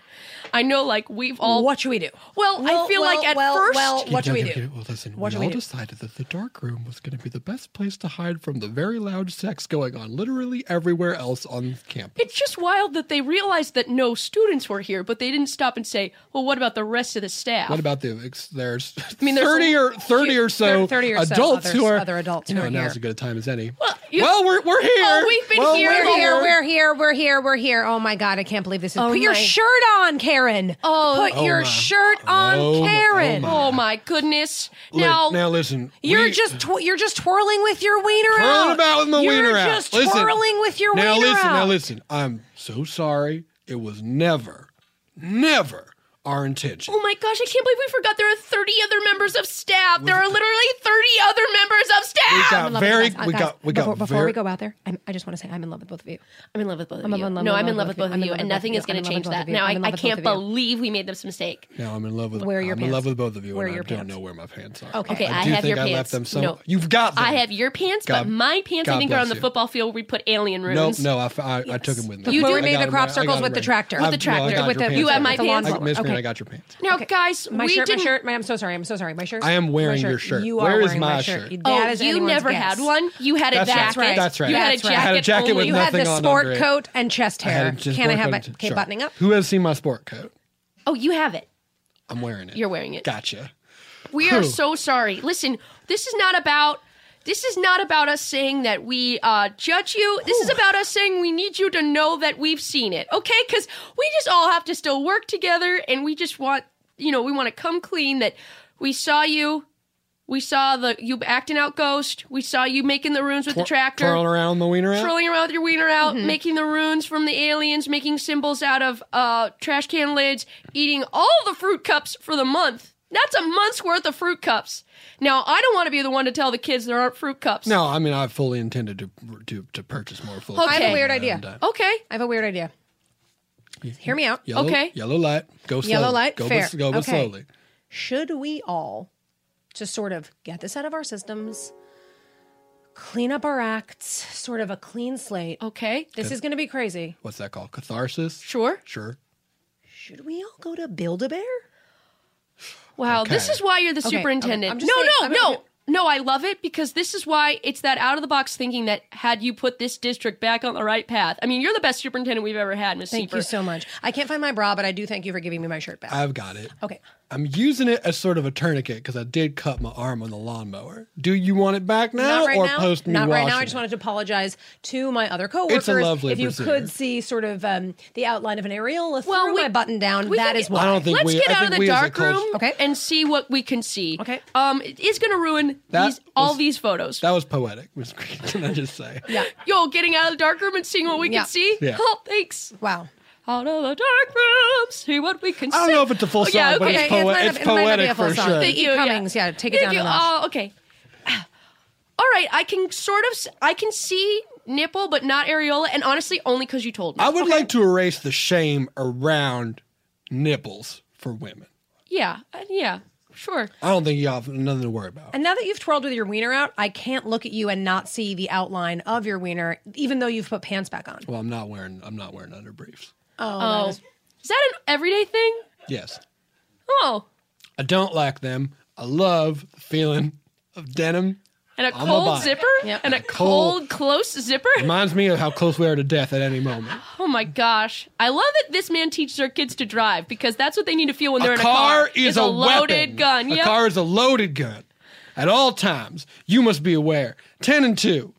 I know, like, we've all. What should we do? Well, I Well, feel well, like at well, first. well, Yeah, yeah, yeah. Well, listen, What we do all we do? decided that the dark room was going to be the best place to hide from the very loud sex going on literally everywhere else on campus. It's just wild that they realized that no students were here, but they didn't stop and say, well, what about the rest of the staff? What about the ex- there's, I mean, there's thirty or thirty or so 30 or so adults who others- are other adults You who know, are now's here. a good a time as any. you- well, we're we're here. Oh, we've been Well, here. We're here, We're here. we're here, we're here, we're here. Oh my god, I can't believe this is. Oh Put your my- shirt on, Karen. Oh, Put Oh your my- shirt on, Oh my- Karen. oh my. Oh my goodness. Li- Now, now listen, You're we- just tw- you're just twirling with your wiener Twirling out. about with my you're wiener out. just Listen. twirling with your now wiener listen, out. now listen. I'm so sorry. It was never, never our intention. Oh my gosh, I can't believe we forgot there are 30 other members of staff. There are literally 30 other members of staff. We got I'm in love very- with you guys. we Uh, got- guys, we got before, before very- we go out there. I'm, I just want to say I'm in love with both of you. I'm in love with both I'm in of you. love- no, I'm I'm in love with both I'm of in you, love and with both nothing of is you. going I'm to in change love with that. both of you. Now, I'm I, in I love with can't both of you. believe we made this mistake. Now I'm in love with. Where are your I'm in love pants? with both of you. Where and are your I don't pants? know where my pants are. Okay, I, I do have think your I pants. left them some. No. You've got them. I have your pants, God- but my pants, God I think, are on bless the you. football field. We put alien No, runes. no, I, f- I- I took them with me. You I do- got made the them crop right- I got circles them with the right. tractor. I've- With the no, I got tractor. your With the- pants. you have my I got- pants. I got- Miss Green, Okay. I got your pants. Now, guys, my we shirt, didn't. my shirt. My, I'm so sorry. I'm so sorry. My shirt. I am wearing my shirt. your shirt. You are Where is wearing my my shirt. shirt? You- Oh, that is you anyone's never guess. had one. You had a That's jacket. right. That's right. You had a That's jacket. right. I had a jacket only. with You had nothing the on sport under it. coat and chest I hair. had just Can I work have on- it? Okay, sure. buttoning up. Who has seen my sport coat? Oh, you have it. I'm wearing it. You're wearing it. Gotcha. We are Who? so sorry. Listen, this is not about this is not about us saying that we uh, judge you. This is about us saying we need you to know that we've seen it, okay? Because we just all have to still work together, and we just want you know we want to come clean that we saw you. We saw the you acting out ghost. We saw you making the runes with the Twir- tractor, Twirling around the wiener out? twirling around with your wiener out, Mm-hmm. making the runes from the aliens, making symbols out of uh, trash can lids, eating all the fruit cups for the month. That's a month's worth of fruit cups. Now, I don't want to be the one to tell the kids there aren't fruit cups. No, I mean I fully intended to to, to purchase more full. I have Okay. a weird And, idea. uh, Okay. I have a weird idea. Hear me out. Yellow, Yellow light. Go slowly. Yellow light, Go fair. But, go but Okay. slowly. should we all just sort of get this out of our systems, clean up our acts, sort of a clean slate? Oh, Okay. This Good. is going to be crazy. What's that called? Catharsis. Sure. Sure. Should we all go to Build a Bear? Wow, this Okay. is why you're the Okay, okay, superintendent. I'm No, just saying- no, I'm- no. I'm- no, I love it because this is why it's that out of the box thinking that had you put this district back on the right path. I mean, you're the best superintendent we've ever had, Miss Thank Seifer. you so much. I can't find my bra, but I do thank you for giving me my shirt back. I've got it. okay. I'm using it as sort of a tourniquet because I did cut my arm on the lawnmower. Do you want it back now Not right or now. post me Not right washing now. I just it? wanted to apologize to my other coworkers. lovely If you procedure. could see sort of um, the outline of an areola Well, through we- my button down, We that can is get- why. I don't think Let's we- get I out think of the we as a dark culture- room and see what we can see. Okay. Um, it is going to ruin That these all was- these photos. That was poetic, Miss Green. Can I just say? Yeah. Yo, getting out of the dark room and seeing what we Yeah. can see. Yeah. Oh, thanks. Wow. Out of the dark room, see what we can see. I don't know if it's a full Oh, song, yeah, but okay. it's, poe- might not- it's it might not be poetic a full for song. sure. Thank E. Cummings, yeah, take it Thank down you. a notch. Uh, okay. All right, I can sort of, s- I can see nipple, but not areola, and honestly, only because you told me. I would like to erase the shame around nipples for women. Yeah, uh, yeah, sure. I don't think y'all have nothing to worry about. And now that you've twirled with your wiener out, I can't look at you and not see the outline of your wiener, even though you've put pants back on. Well, I'm not wearing I'm not wearing underbriefs. Oh, Oh, is that an everyday thing? Yes. Oh, I don't like them. I love the feeling of denim. and a On my cold body. zipper and a Cold- cold, close zipper. Reminds me of how close we are to death at any moment. Oh my gosh! I love that this man teaches our kids to drive because that's what they need to feel when they're a in a car is, a, loaded weapon. gun. A Yep. car is a loaded gun. At all times, you must be aware. Ten and two.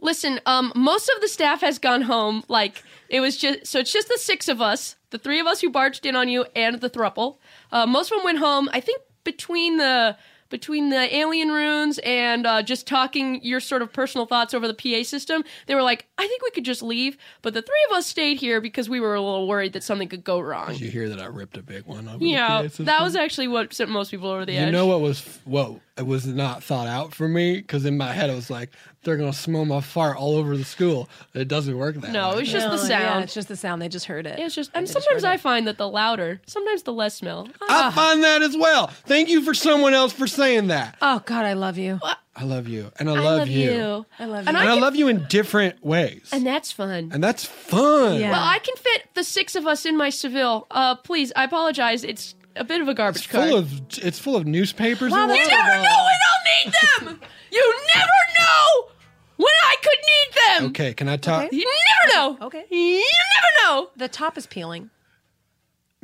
Listen, um, most of the staff has gone home. Like it was just so it's just the six of us, the three of us who barged in on you, and the thruple. Uh, most of them went home. I think between the between the alien runes and uh, just talking your sort of personal thoughts over the PA system, they were like, "I think we could just leave." But the three of us stayed here because we were a little worried that something could go wrong. Did you hear that I ripped a big one? over the Yeah, PA system? that was actually what sent most people over the edge. You know what was what it was not thought out for me because in my head I was like, they're gonna smell my fart all over the school. It doesn't work that. No, way. it's just the Oh, yeah, sound. it's just the sound. They just heard it. It's just, and sometimes I find that the louder, sometimes the less smell. I find that as well. Thank you for someone else for saying that. Oh God, I love you. I love you, and I love, you. I love and, I, love you in different ways, and that's fun. and that's fun. Well, I can fit the six of us in my Seville. Uh, please, I apologize. It's a bit of a garbage it's cart. full of it's full of newspapers. Well, and you whatnot. never know when I'll need them. you never know when I could need them. Okay, can I talk, You never know. Okay. You never know. The top is peeling.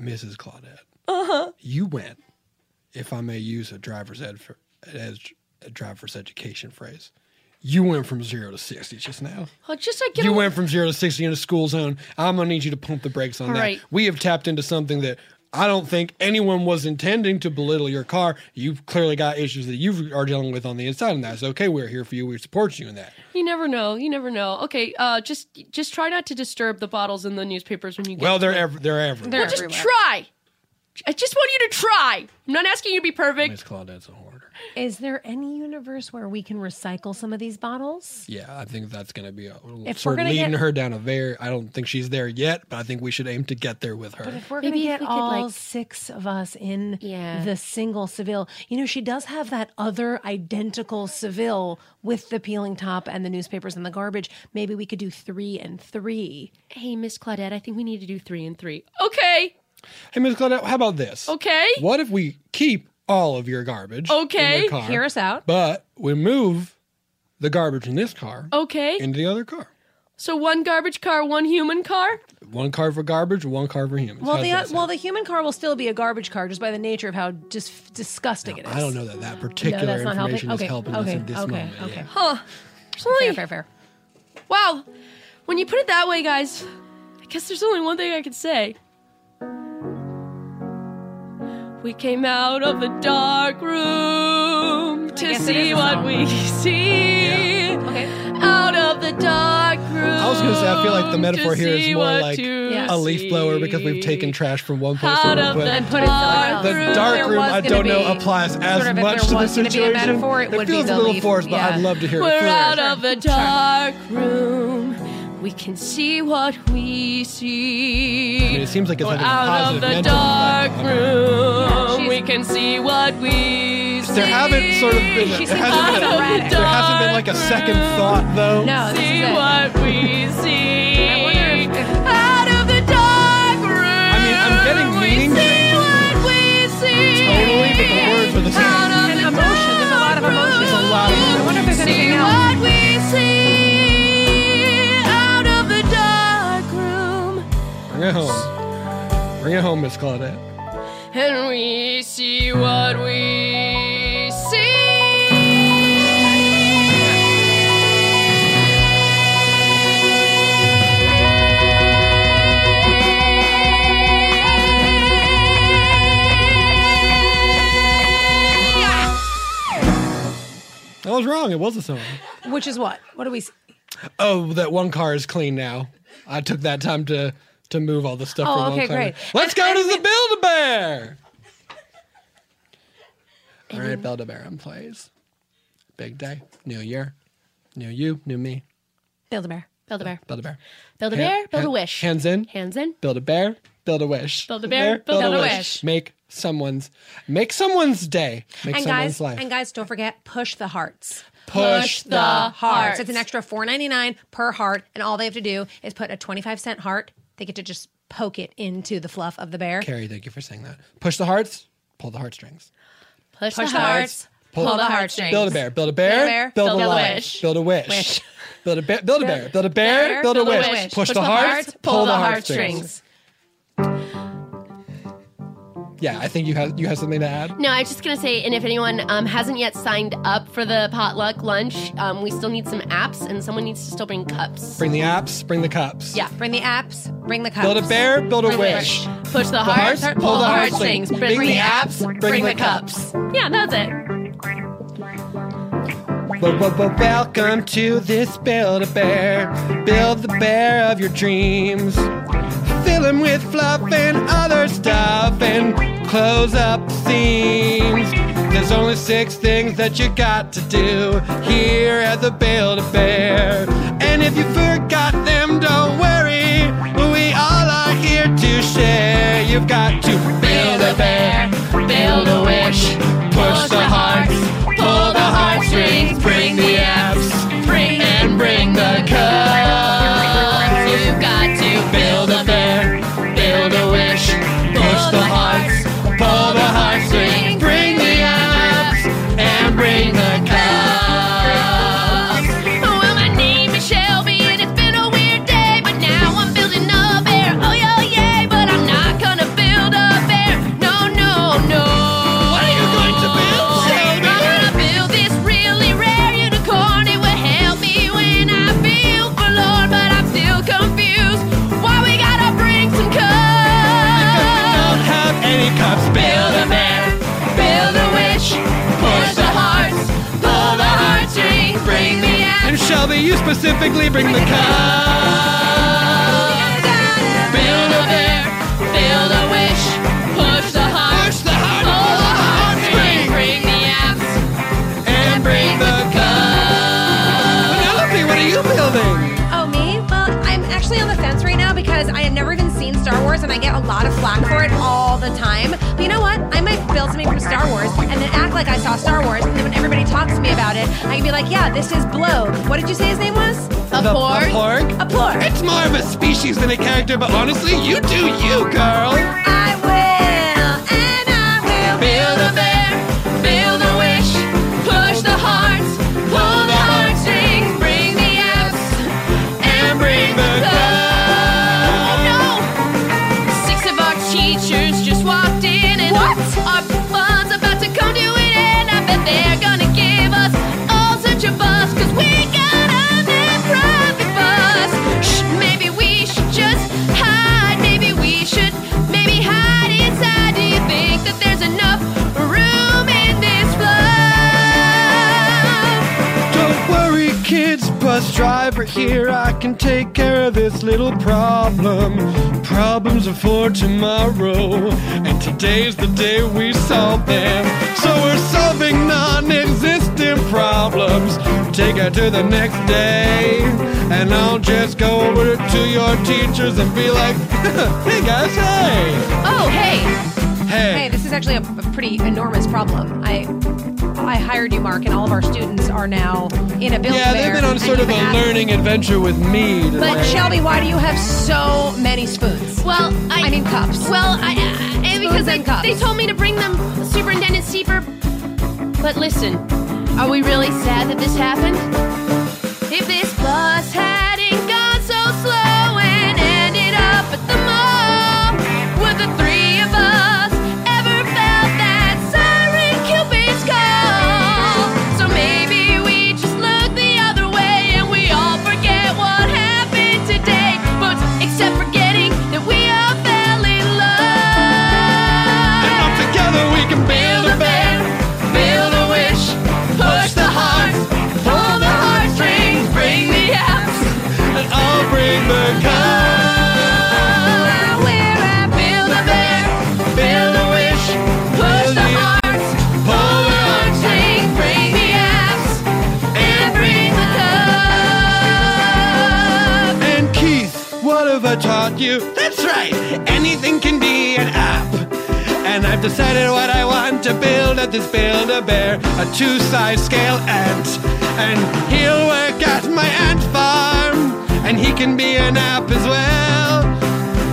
Mrs. Claudette? Uh Uh-huh. huh. You went, if I may use a driver's ed for, as a driver's education phrase. You went from zero to sixty just now. Oh, just I get you a- went from zero to 60 in a school zone. I'm going to need you to pump the brakes on All that. right. We have tapped into something that I don't think anyone was intending to belittle your car. You've clearly got issues that you are dealing with on the inside, and that's okay. We're here for you. We support you in that. You never know. You never know. Okay, uh, just just try not to disturb the bottles in the newspapers when you get. Well, they're, ev- they're everywhere. well, just try. I just want you to try. I'm not asking you to be perfect. Claudette's a hoarder. Is there any universe where we can recycle some of these bottles? Yeah, I think that's going to be a, If we're sort of gonna leading get- her down a very. I don't think she's there yet, but I think we should aim to get there with her. But if we're Maybe gonna get if we could, all like- six of us in Yeah. the single Seville, you know, she does have that other identical Seville with the peeling top and the newspapers and the garbage. Maybe we could do three and three. Hey, Miss Claudette, I think we need to do three and three. Okay. Hey, Miss Claudette, how about this? Okay. What if we keep all of your garbage? in Okay. the car, Hear us out. But we move the garbage in this car Okay. into the other car. so one garbage car, one human car. One car for garbage, one car for humans. Well, How's the that sound? well, the human car will still be a garbage car just by the nature of how dis- disgusting it is. I don't know that that particular that's not helping. information is Okay, helping us okay, at this okay, moment. okay. yeah. Huh. Fair, fair, fair. Wow. When you put it that way, guys, I guess there's only one thing I could say. We came out of the dark room to guess it is see a what song. we see. Out of the dark room. I was going to say, I feel like the metaphor to here is see more what like to a leaf blower because we've taken trash from one place Out to of another. the but And put it somewhere else. the dark There room, was I gonna don't know, be applies as sort of if much there to the was gonna be a situation. metaphor, it would be feels the a little leaf, forced, but yeah. I'd love to hear it We're first. out of the dark room. We can see what we see. I mean, it seems like it's We're having a out of positive the mental dark effect on room. we can see what we see. There haven't sort of been, She's there hasn't been, erratic. there hasn't been like a second thought though. see what we see. I wonder if, out of the dark room. I mean, I'm getting meaning We see what we see. totally, but the words are the same. Out of the emotion. There's a lot of emotion. There's a lot of I wonder if there's anything else. What we see out of the dark room. Bring it home. Bring it home, Miss Claudette. and we see what we see. I was wrong. It was a song. Which is what? What do we? See? Oh, that one car is clean now. I took that time to to move all the stuff Oh, from okay, one car. great. Let's go to the Build a Bear. All right, Build a Bear employees. Big day, new year, new you, new me. Build a bear. Build a bear. Build a bear. Build a Hand- bear. Build a hand- wish. Hands in. Hands in. Build a bear. Build a wish. Build a bear, build a wish. Make someone's make someone's day. Make and someone's guys, life. and guys, don't forget push the hearts. Push the hearts. It's an extra four ninety nine per heart, and all they have to do is put a twenty five cent heart. They get to just poke it into the fluff of the bear. Carrie, thank you for saying that. Push the hearts. Pull the heartstrings. Push, the hearts. Pull, the heartstrings. Build a bear. Build a bear. Build a bear, Build a wish. life. Build a wish. Build a bear. Build a bear. Build a bear. Build a wish. Push the hearts. Pull the heartstrings. Yeah, I think you have you have something to add. No, I was just gonna say, and if anyone um, hasn't yet signed up for the potluck lunch, um, we still need some apps, and someone needs to still bring cups. Bring the apps. Bring the cups. Yeah, bring the apps, bring the cups. Build a bear. Build a Bring the wish. Push the hearts, pull the heartstrings, bring, the apps, bring, the cups. Yeah, that's it. Well, well, well, welcome to this Build a Bear. Build the bear of your dreams. Fill him with fluff and other stuff and close up the seams. There's only six things that you got to do here at the Bill to Bear. And if you forgot them, don't worry. We all are here to share. You've got to build a bear, build a wish, push the hearts, pull the heartstrings, bring the apps, bring and bring the cups. You've got to build a bear, build a wish, push the hearts, pull the heartstrings, bring the apps, and bring the cups. Well, Oh, my name is Shelby, and it's been a weird day, but now I'm building a bear. Oh, yeah, oh, yay, but I'm not gonna build a bear. No, no, no. What are you going to build, Shelby? I'm gonna build this really rare unicorn. It will help me when I feel forlorn, but I'm still confused. Why we gotta bring some cups? Don't have any cups, build a bear, Build a wish, push the hearts, pull the heartstrings, bring the apple. And Shelby, you specifically bring the cups. Build a bear, build a wish, push the heart, push the heart, pull the heart, bring, bring the apps, and bring the cups. Penelope, what are you building? Oh, me? Well, I'm actually on the fence right now because I have never even seen Star Wars and I get a lot of flack for it all the time. But you know what? I might build something from Star Wars and then act like I saw Star Wars. And then when everybody talks to me about it, I can be like, yeah, this is Blow. What did you say his name was? The- A pork? A pork. It's more of a species than a character, but honestly, you do you, girl. I will. and I will build a bear, build a wish, push the hearts, pull the heartstrings, bring the apps, and bring the cups. Oh no! Six of our teachers just walked in and What? our fun's about to come to an end. I bet they're gonna give us all such a buzz, cause we got on that private bus. Shh, maybe we should just hide, maybe we should maybe hide inside. Do you think that there's enough room in this bus? Don't worry, kids, bus driver here. I can take care of this little problem. Problems are for tomorrow, and today's the day we solve them. So we're solving non existent problems. Take her to the next day, and I'll just go over to your teachers and be like, hey guys, hey! Oh, hey. Hey! Hey, this is actually a, a pretty enormous problem. I I hired you, Mark, and all of our students are now in a building. yeah, they've been on sort of a learning adventure with me today. But Shelby, why do you have so many spoons? Well, I, I mean cups. Well, I, I and because Spoons they, and cups. they told me to bring them Superintendent Steeper. But listen, are we really sad that this happened? If this bus hadn't gone so slow and ended up at the mall, would the three of us ever felt that siren Cupid's call? So maybe we just look the other way and we all forget what happened today, but except forgetting that we all fell in love. And all together we can build a bear, build a wish, push the hearts, pull the heartstrings, bring the apps. and I'll bring the cup. Where I build a bear, build a wish, push the hearts, pull the heartstrings, bring the apps, and bring the cup. And Keith, what have I taught you? That's right, anything can be an app. And I've decided what I want to build at this Build a Bear, a two size scale ant. And he'll work at my ant farm, and he can be an app as well.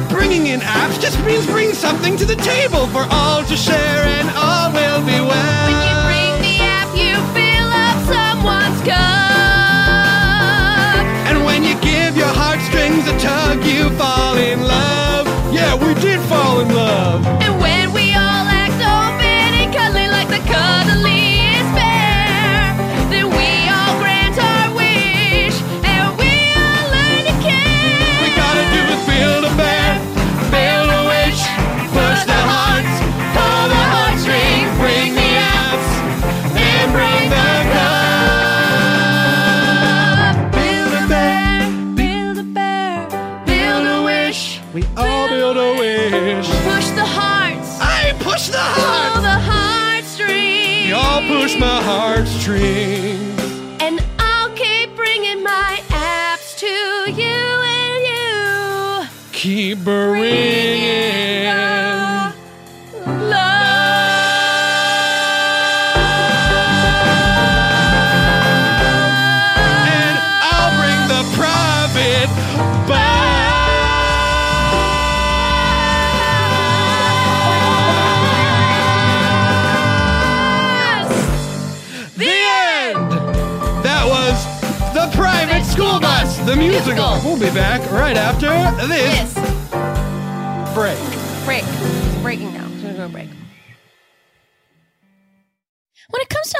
Bringing in apps just means bring something to the table for all to share, and all will be well. When you bring the app, you fill up someone's cup. And when you give your heartstrings a tug, you fall in love. Yeah, we did fall in love. And when we all act open and cuddly like the cuddliest bear, then we all grant our wish and we all learn to care. We gotta do is build a bear, build a wish, push the hearts, pull the heartstrings, bring the apps, pierce my heartstrings. And I'll keep bringing my apps to you and you. Keep bringing. And I'll bring the private bus. The end. That was the private school bus, the musical. We'll be back right after this break. Break. Breaking now. We're going to break. When it comes to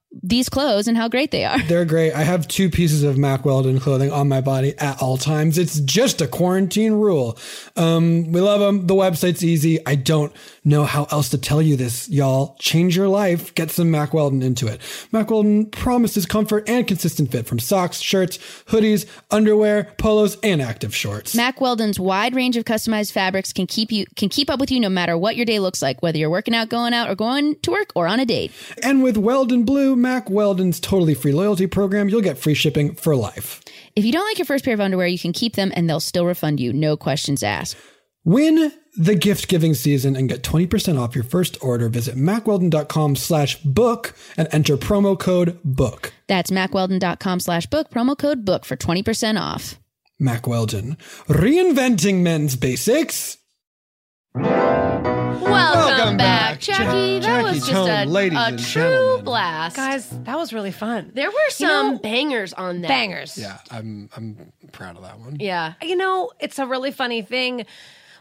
these clothes and how great they are. They're great. I have two pieces of Mack Weldon clothing on my body at all times. It's just a quarantine rule. Um, we love them. The website's easy. I don't know how else to tell you this, y'all. Change your life. Get some Mack Weldon into it. Mack Weldon promises comfort and consistent fit from socks, shirts, hoodies, underwear, polos, and active shorts. Mac Weldon's wide range of customized fabrics can keep you can keep up with you no matter what your day looks like, whether you're working out, going out, or going to work or on a date. And with Weldon Blue, Mack Weldon's totally free loyalty program, you'll get free shipping for life. If you don't like your first pair of underwear, you can keep them and they'll still refund you, no questions asked. Win the gift giving season and get 20% off your first order. Visit macweldon.com slash book and enter promo code book. That's macweldon.com slash book, promo code book for 20% off. Mac Weldon, reinventing men's basics. Welcome, back, E. Jackie. that was just Tone, ladies a, a and true blast. Guys, that was really fun. There were You know- some bangers on that. Bangers. Yeah, I'm I'm proud of that one. Yeah. You know, it's a really funny thing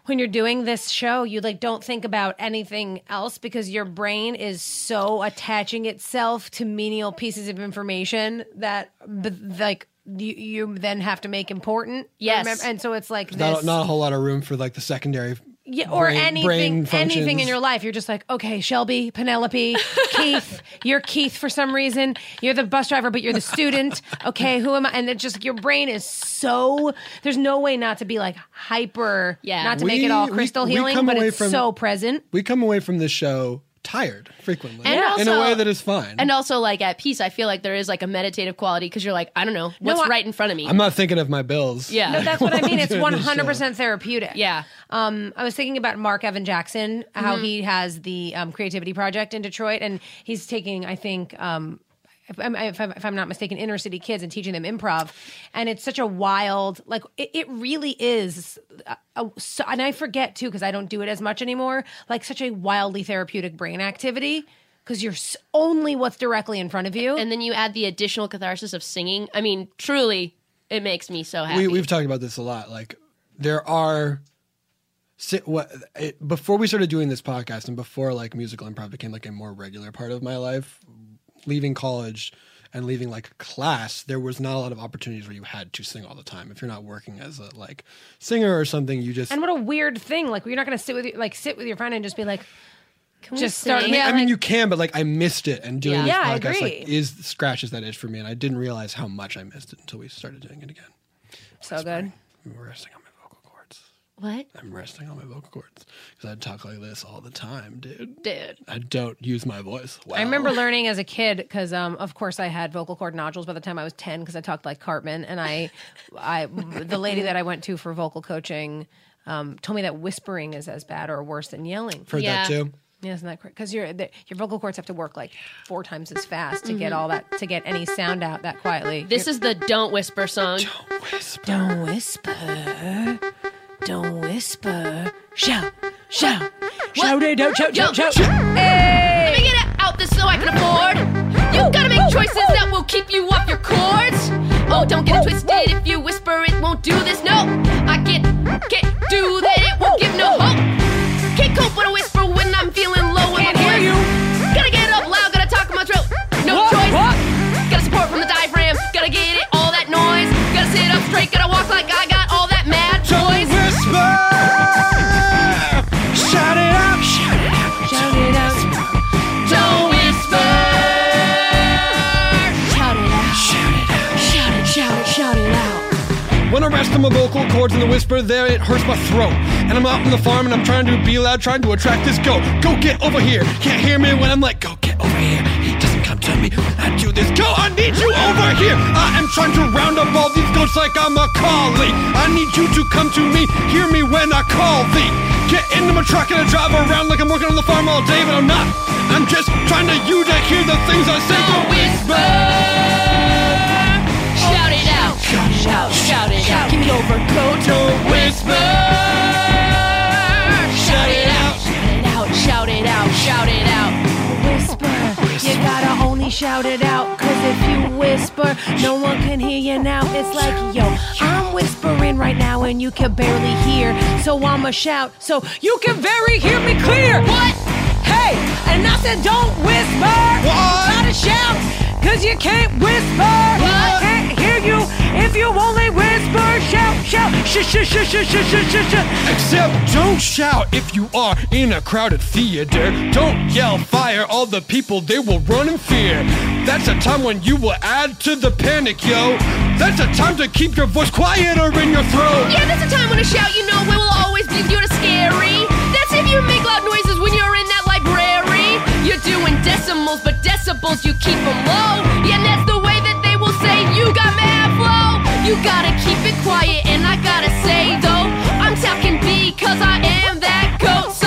when you're doing this show, you like don't think about anything else because your brain is so attaching itself to menial pieces of information that b- like you, you then have to make important. Yes. Remem- And so it's like this Not, not a whole lot of room for like the secondary. yeah, or brain- brain anything, anything in functions. your life. You're just like, okay, Shelby, Penelope, Keith. You're Keith for some reason. You're the bus driver, but you're the student. Okay, who am I? And it just your brain is so. There's no way not to be like hyper. Yeah, not to make it all We- we- crystal we healing, come but away it's from- so present. We come away from this show tired frequently And in a also- way that is fine. And also, like at peace, I feel like there is like a meditative quality because you're like, I don't know what's I- right in front of me. I'm not thinking of my bills. Yeah. No, that's what I mean. It's Doing this show. 100% therapeutic. Yeah. Um, I was thinking about Mark Evan Jackson, how Mhm. he has the um, creativity project in Detroit, and he's taking, I think, um, if I'm, if, I'm, if I'm not mistaken, inner city kids and teaching them improv. And it's such a wild, like, it, it really is. uh uh, so, and I forget too, because I don't do it as much anymore, like, such a wildly therapeutic brain activity. Because you're s- only what's directly in front of you. and then you add the additional catharsis of singing. I mean, truly, it makes me so happy. we, we've talked about this a lot. Like there are si- what it, before we started doing this podcast and before like musical improv became like a more regular part of my life, leaving college and leaving like class, there was not a lot of opportunities where you had to sing all the time. If you're not working as a like singer or something, you just And what a weird thing! Like you're not going to sit with your, like sit with your friend and just be like, Can just I start. mean, I mean, you can, but like I missed it, and doing Yeah. this Yeah, I podcast like agree. is scratches that itch for me, and I didn't realize how much I missed it until we started doing it again. so good. We're resting on my What? I'm resting on my vocal cords because I talk like this all the time, dude. Dude. I don't use my voice. Wow. I remember learning as a kid because, um, of course, I had vocal cord nodules by the time I was ten because I talked like Cartman, and I, I, the lady that I went to for vocal coaching, um, told me that whispering is as bad or worse than yelling. Heard that, Yeah. too. Yeah, isn't that correct? Because your the, your vocal cords have to work like four times as fast to get all that to get any sound out that quietly. This is the don't whisper song. Don't whisper. Don't whisper. Shout. Shout. Shout it out. Shout, shout, shout. Let me get it out this so I can afford. You gotta make choices that will keep you off your cords. Oh, don't get it twisted. If you whisper, it won't do this. No, I get can't do that. It won't give no hope. Can't cope with a whisper when I'm feeling low in my voice. Gotta get up loud. Gotta talk in my throat. No choice. Gotta support from the diaphragm. Gotta get it all that noise. When I rest on my vocal cords and the whisper there, it hurts my throat. And I'm out on the farm and I'm trying to be loud, trying to attract this goat. Go get over here. Can't hear me when I'm like, go get over here. He doesn't come to me. I do this. Go, I need you over here. I am trying to round up all these goats like I'm a collie. I need you to come to me. Hear me when I call thee. Get into my truck and I drive around like I'm working on the farm all day, but I'm not. I'm just trying to you to hear the things I say. Go whisper. Shout it out. Shout, shout, shout it out. Give me over, go to whisper. Shout it out. Shout it out. Shout it out. Whisper. You gotta only shout it out, cause if you whisper, no one can hear you now. It's like, yo, I'm whispering right now and you can barely hear. So I'ma shout, so you can very hear me clear. What? Hey, and I said don't whisper. What? Try to shout, cause you can't whisper. I can't hear you if you only whisper. Shout, shout, shh, shh, shh, shh, shh, shh, shh, shh. Except don't shout if you are in a crowded theater. Don't yell fire, all the people they will run in fear. That's a time when you will add to the panic, yo. That's a time to keep your voice quieter in your throat. Yeah, that's a time when a shout you know when will always be you're scary. That's if you make loud noises when you're in that library. You're doing decimals, but decibels you keep them low. Yeah, and that's the way that they will say you got mad flow. You gotta keep it quiet, and I gotta say though, I'm talking because I am that goat. So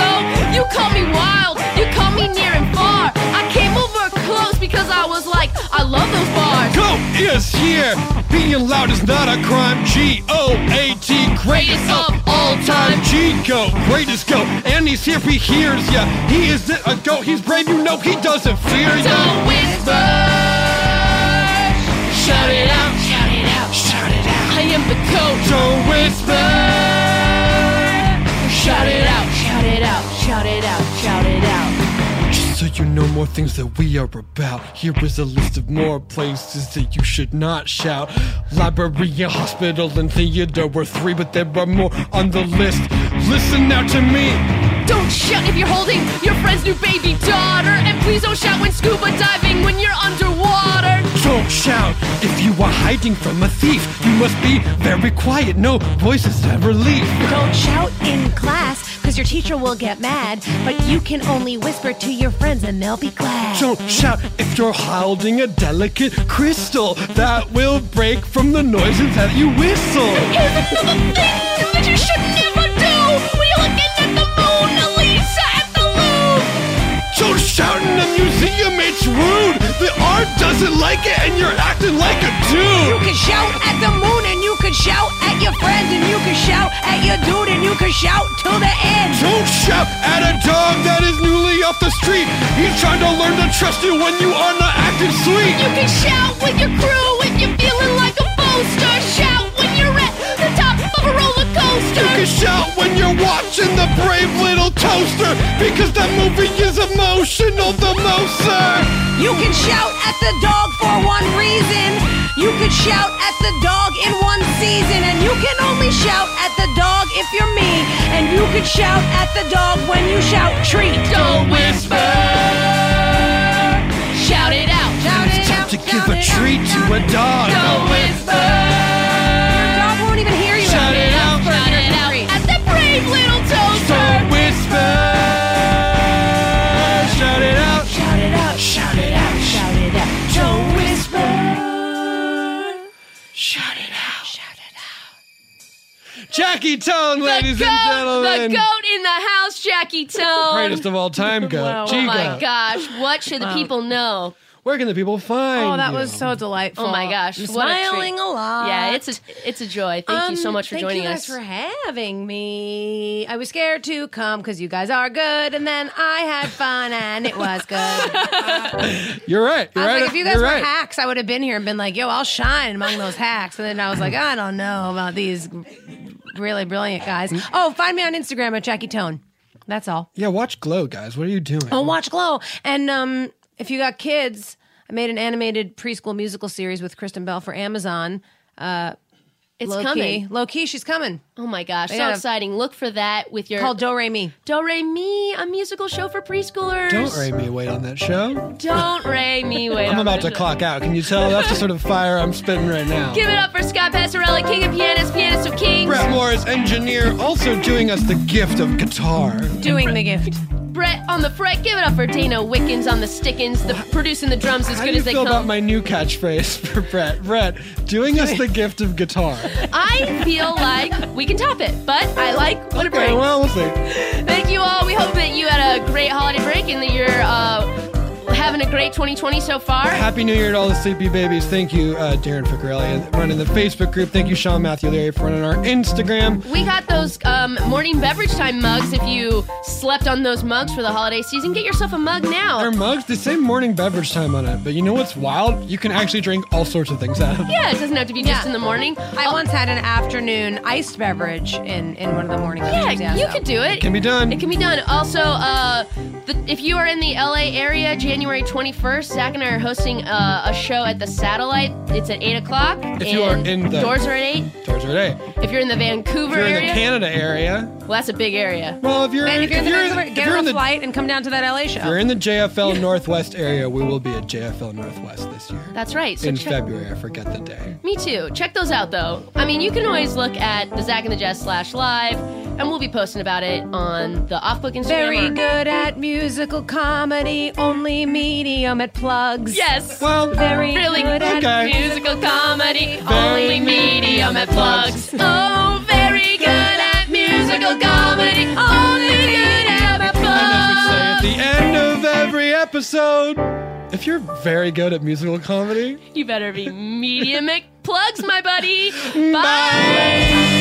you call me wild, you call me near and far. I came over close because I was like, I love those bars. Goat is here. Being loud is not a crime. G O A T, greatest of all time. G Goat, greatest goat. And he's here, he hears ya. He isn't a goat, he's brave, you know he doesn't fear ya. Don't whisper. Shout it out. Shout it out. Shout it out. I am the goat. Don't whisper. Shout it out. Shout it out. Shout it out. Shout it out. Just so you know more things that we are about. Here is a list of more places that you should not shout. Library, and hospital, and theater were three, but there are more on the list. Listen now to me. Don't shout if you're holding your friend's new baby daughter. And please don't shout when scuba diving when you're underwater. Don't shout if you are hiding from a thief. You must be very quiet. No voices ever leave. Don't shout in class, cause your teacher will get mad. But you can only whisper to your friends and they'll be glad. Don't shout if you're holding a delicate crystal that will break from the noises that you whistle. Here's another thing that you should never do when you're looking at the Mona Lisa at the Louvre. Don't shout in the museum, it's rude. The art doesn't like it, and you're acting like a You dude. can shout at the moon and you can shout at your friends and you can shout at your dude and you can shout till the end. Don't shout at a dog that is newly off the street. He's trying to learn to trust you when you are not acting sweet. You can shout with your crew if you're feeling like a poster. Shout when you're at the top of a roller coaster. You can shout when you're watching the brave little toaster because that movie is emotional the most, sir. You can shout at the dog for one reason. You can shout at the dog in one season and you can only shout at the dog if you're me. And you can shout at the dog when you shout treat. Don't whisper. Shout it out. Shout It's time to give a treat to a dog. Don't whisper. Your dog won't even hear you. Shout it out. Shout it out. At the brave little toaster. Don't whisper. Shout it out. Shout it out. Shout it out. Shout it out. Don't whisper. Shout it out. Shout it out. Jackie Tone, ladies and The gentlemen. goat in the house, Jackie Tone. Greatest of all time, goat. Wow. G Oh my goat. gosh, what should the people know? Where can the people find? Oh, that you? was so delightful. Oh my gosh, I'm what a smiling treat. a lot. Yeah, it's a it's a joy. Thank you so Um, much for thank joining you us. guys for having me. I was scared to come because you guys are good, and then I had fun, and it was good. I You're right. You're was right. like, if you guys You're were right. hacks, I would have been here and been like, "Yo, I'll shine among those hacks." And then I was like, "I don't know about these really brilliant guys." Mm-hmm. Oh, find me on Instagram at Jackie Tone. That's all. yeah, watch Glow, guys. What are you doing? Oh, watch Glow. And um, if you got kids, I made an animated preschool musical series with Kristen Bell for Amazon. Uh, It's Low coming. Key. Low key, she's coming. Oh my gosh, They so gotta- exciting. Look for that with Er, your Called Do Re Mi. Do Re Mi, a musical show for preschoolers. Don't rate me wait on that show. Don't Ray me wait. I'm on about the to show. clock out. Can you tell? That's the sort of fire I'm spitting right now. Give it up for Scott Passarella, King of Pianists, Pianist of Kings. Brett Morris, engineer, also doing us the gift of guitar. Doing the gift. Brett on the fret. Give it up for Dana Wickens on the stickins, the producing the drums as How good do you as they feel come. about my new catchphrase for Brett? Brett, doing us the gift of guitar. I feel like we can top it, but I like what it Okay, brings. well, we'll see. Thank you all. We hope that you had a great holiday break and that you're uh, having a great 2020 so far. Happy New Year to all the sleepy babies. Thank you, uh, Darren Ficarelli, and running the Facebook group. Thank you, Sean Matthew Leary, for running our Instagram. We got those um, morning beverage time mugs. If you slept on those mugs for the holiday season, get yourself a mug now. Our mugs, they say morning beverage time on it, but you know what's wild? You can actually drink all sorts of things out of them. Yeah, it doesn't have to be just in the morning. I once had an afternoon iced beverage in, in one of the morning Yeah, beverages. you could do it. It can be done. It can be done. Also, uh, the, if you are in the LA area, January 21st, Zach and I are hosting uh, a show at the Satellite. It's at 8 o'clock. If you are and in the- Doors are at 8. Towards our day. If you're in the Vancouver If you're in the area. Canada area, well, that's a big area. well, if you're, And if you're, in the if Vancouver, get you're on in a the flight and come down to that LA If show. you're in the JFL Northwest area, we will be at JFL Northwest this year. That's right. So in check- February, I forget the day. Me too. Check those out, though. I mean, you can always look at the Zach and the Jess slash live, and we'll be posting about it on the Off Book Instagram. Very or- good at musical comedy, only medium at plugs. Yes. Well, very really good at okay. musical comedy, only medium at plugs. Oh, very good at musical comedy, only good at plugs. At the end of every episode, if you're very good at musical comedy, You better be medium at plugs, my buddy. Bye.